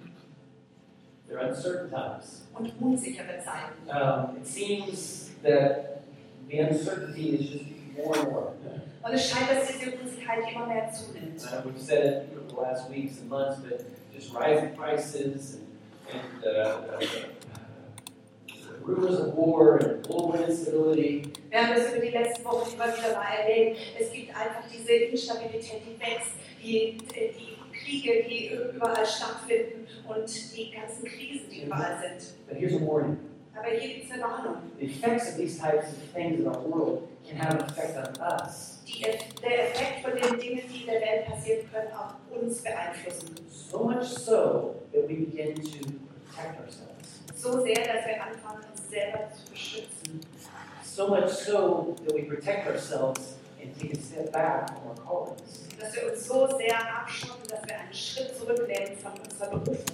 They're uncertain times.
und unsichere Zeiten.
Um, it seems that the uncertainty is just more and more.
Und es scheint, dass diese Unsicherheit immer mehr zunimmt.
Uh, we've said it over the last weeks and months, but just rising prices and, and uh, uh, rumors of war and global instability.
Wir haben das über die letzten Wochen immer wieder mal erlebt. Es gibt einfach diese Instabilität, die wächst, die, die Kriege, die überall stattfinden und die ganzen Krisen, die überall sind.
But here's a warning.
Aber hier gibt es eine Warnung.
The effects of these types of things in our world can have an effect on us.
die, Eff- der Effekt von den Dingen, die in der Welt passieren können, auch uns beeinflussen.
So much so that we begin to protect ourselves.
So sehr, dass wir anfangen, uns selber zu beschützen.
So much so that we protect ourselves and take a step back from our callings.
Dass wir uns so sehr abschotten, dass wir einen Schritt zurücknehmen von unserer Berufung.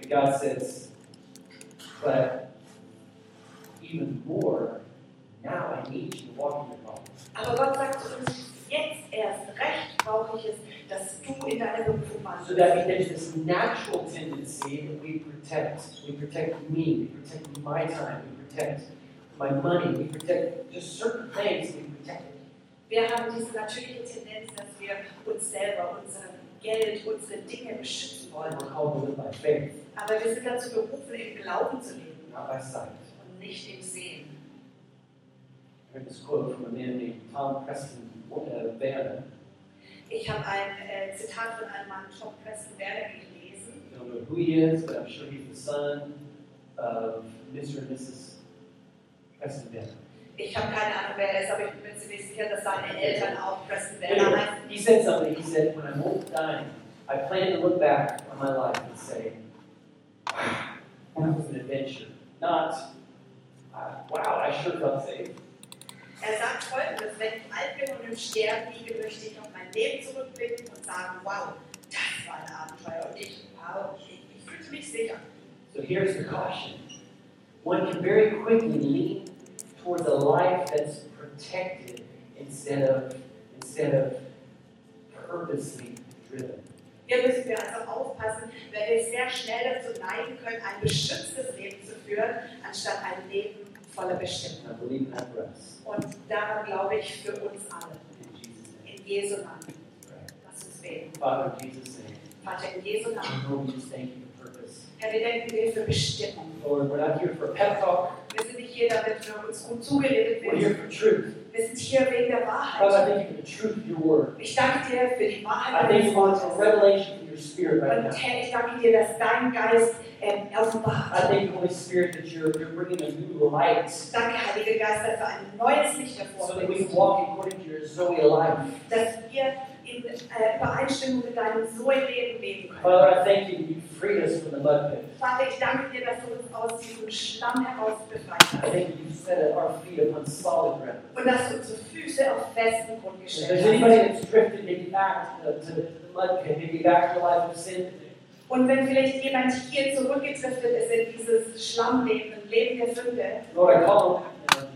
But God says, but even more, now I need you to walk in your calling.
Aber Gott sagt zu uns, jetzt erst recht brauche ich es, dass du in deiner Berufung warst.
So that means there's this natural tendency that we protect. We protect me, we protect my time, we protect my money, we protect just certain things, we protect it.
Wir haben diese natürliche Tendenz, dass wir uns selber, unser Geld, unsere Dinge beschützen wollen.
And we're called to live by faith,
Aber wir sind dazu berufen, im Glauben zu leben
not by sight.
und nicht im Sehen.
I heard this quote from a man named Tom Preston uh, Vanna.
Ich habe ein äh, Zitat von einem Mann, Tom Preston Werner, gelesen.
I don't know who he is, but I'm sure he's the son of Mr. and Mrs. Preston Vanna.
Ich habe keine Ahnung, wer er ist, aber ich bin mir ziemlich sicher, dass seine Eltern auch Preston Werner heißen.
He said something. He said, When I'm old and dying, I plan to look back on my life and say, Wow, that was an adventure. Not, uh, Wow, I sure felt safe.
Er sagt folgendes, wenn ich alt bin und im Sterben liege, möchte ich auf mein Leben zurückblicken und sagen, wow, das war ein Abenteuer und ich, wow, ich, ich fühlte mich sicher.
So here's the caution. One can very quickly lean towards a life that's protected instead of instead of purposely driven.
Hier müssen wir also aufpassen, weil wir sehr schnell dazu neigen können, ein beschütztes Leben zu führen, anstatt ein Leben voller Bestimmung.
And I believe that for us
Und daran glaube ich für uns alle.
in Jesus' name.
In Jesu Namen.
Right.
Lass uns beten.
Father in Jesus' name.
Vater, in Jesu Namen.
Lord, we just thank you for purpose.
Herr, wir denken dir für Bestimmung.
Lord, we're not here for a pep talk.
Wir sind nicht hier, damit wir uns gut zugeredet
We're
werden.
here for truth.
Wir sind hier wegen der Wahrheit.
Father, I thank you for the truth of your word.
Ich danke dir für die
I
Wahrheit
thank
deines
you Lord, for
Wortes.
revelation from your spirit right
Und
now.
Herr, ich danke dir, dass dein Geist ähm,
I
offenbart.
thank you, Holy Spirit, that you're, you're bringing a new light so
Danke, Heiliger Geist, dass du ein neues Licht
that we can
hervorbringst.
walk according to your Zoe life.
Dass wir in äh, Übereinstimmung mit deinem Sohn-Leben leben können.
Father, I thank you that you freed us from the mud pit.
Vater, ich danke dir, dass du uns aus diesem Schlamm heraus befreit
I
hast.
thank you you set our feet upon solid ground.
Und dass du unsere Füße auf festen Grund
If
gestellt
there's anybody
hast.
that's drifted maybe back to, to the mud pit, maybe back to the life of sin,
Und wenn vielleicht jemand hier zurückgetriftet ist in dieses Schlammleben, ein Leben der Sünde,
Lord, I call them,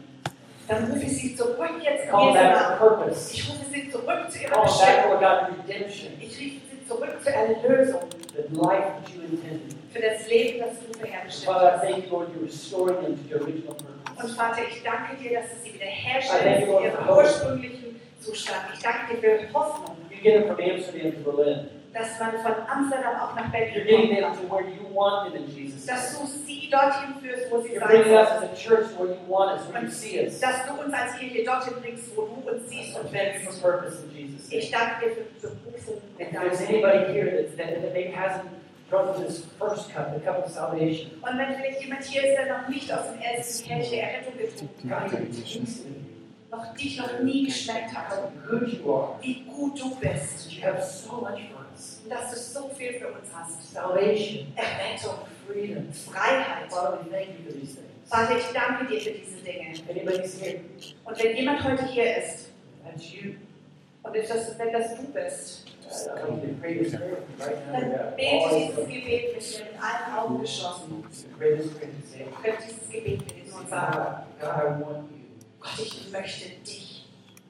dann rufe ich sie zurück jetzt
I
in
call
Jesu
them back
Namen.
to purpose.
Ich rufe sie zurück zu
I
ihrer
call them back,
Bestimmung.
Lord God, to redemption,
Ich rief sie zurück für eine Lösung,
the life that you intended.
für das Leben, das du wiederhergestellt
Father, I
hast.
thank you, Lord, you're restoring them to their original
Und
purpose.
Vater, ich danke dir, dass du sie
I thank
wiederherstellst
you,
in
Lord,
ihrem
for hope.
ursprünglichen Zustand. Ich danke dir für Hoffnung,
You're getting them from Amsterdam to Berlin.
dass man von Amsterdam auch nach
You're
Berlin
getting
kommen
them
kann.
to where you want them in Jesus'
Dass
name.
du sie dorthin führst, wo sie
You're
sein
bringing us
sollen.
as a church where you want us, where you see us.
Dass du uns als Kirche dorthin bringst, wo du uns siehst und
Thank you for
willst.
purpose in Jesus' name.
Ich danke dir für diese Berufung
If
in
there's
deinem Leben.
anybody here that, that, that maybe hasn't drunk this first cup, the cup of salvation,
Und wenn vielleicht jemand hier ist, der noch nicht aus dem ersten Kelch der Errettung getrunken
God,
hat,
you're tasting
noch dich noch nie geschmeckt hat,
how good you are.
wie gut du bist.
You have so much for us.
Und dass du so viel für uns hast.
Salvation,
Errettung,
freedom.
Freiheit.
Father, we thank you for these things.
Vater, ich danke dir für diese Dinge.
If anybody's here,
Und wenn jemand heute hier ist
that's you. Uh,
und wenn das, wenn das du bist,
I don't need to pray this prayer right now.
dann
Yeah.
bete
Always
dieses Gebet mit dir mit allen Augen geschlossen.
Pray this prayer and say,
Du könntest dieses Gebet mit dir und sagen,
God, God, I want you.
Gott, ich möchte dich.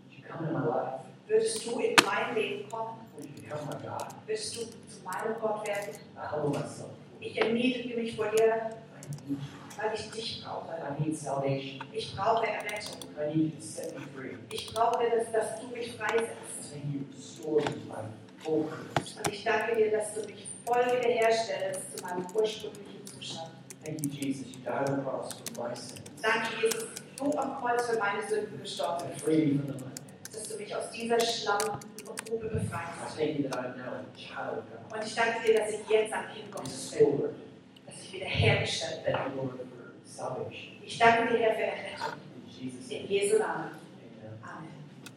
Would you come in my life?
Würdest du in mein Leben kommen?
Would you become my God?
Würdest du zu meinem Gott werden?
I humble myself.
Ich erniedrige mich vor dir,
I need,
weil ich dich brauche.
I need salvation.
Ich brauche Errettung.
I need you to set me free.
Ich brauche, dass, dass du mich freisetzt.
May you restore me by full purpose.
Und ich danke dir, dass du mich voll wiederherstellst zu meinem ursprünglichen Zustand.
Thank you, Jesus. You died on the cross for my sins.
Danke, Jesus, dass du am Kreuz für meine Sünden gestorben
I freed you from the mud.
bist, dass du mich aus dieser Schlammgrube befreit
I
hast.
thank you that I'm now a child of God.
Und ich danke dir, dass ich jetzt ein Kind Gottes bin,
Restored.
dass ich wiederhergestellt bin.
Thank you, Lord, for salvation.
Ich danke dir, Herr, für Errettung.
In Jesus'
In
name.
Jesu Namen.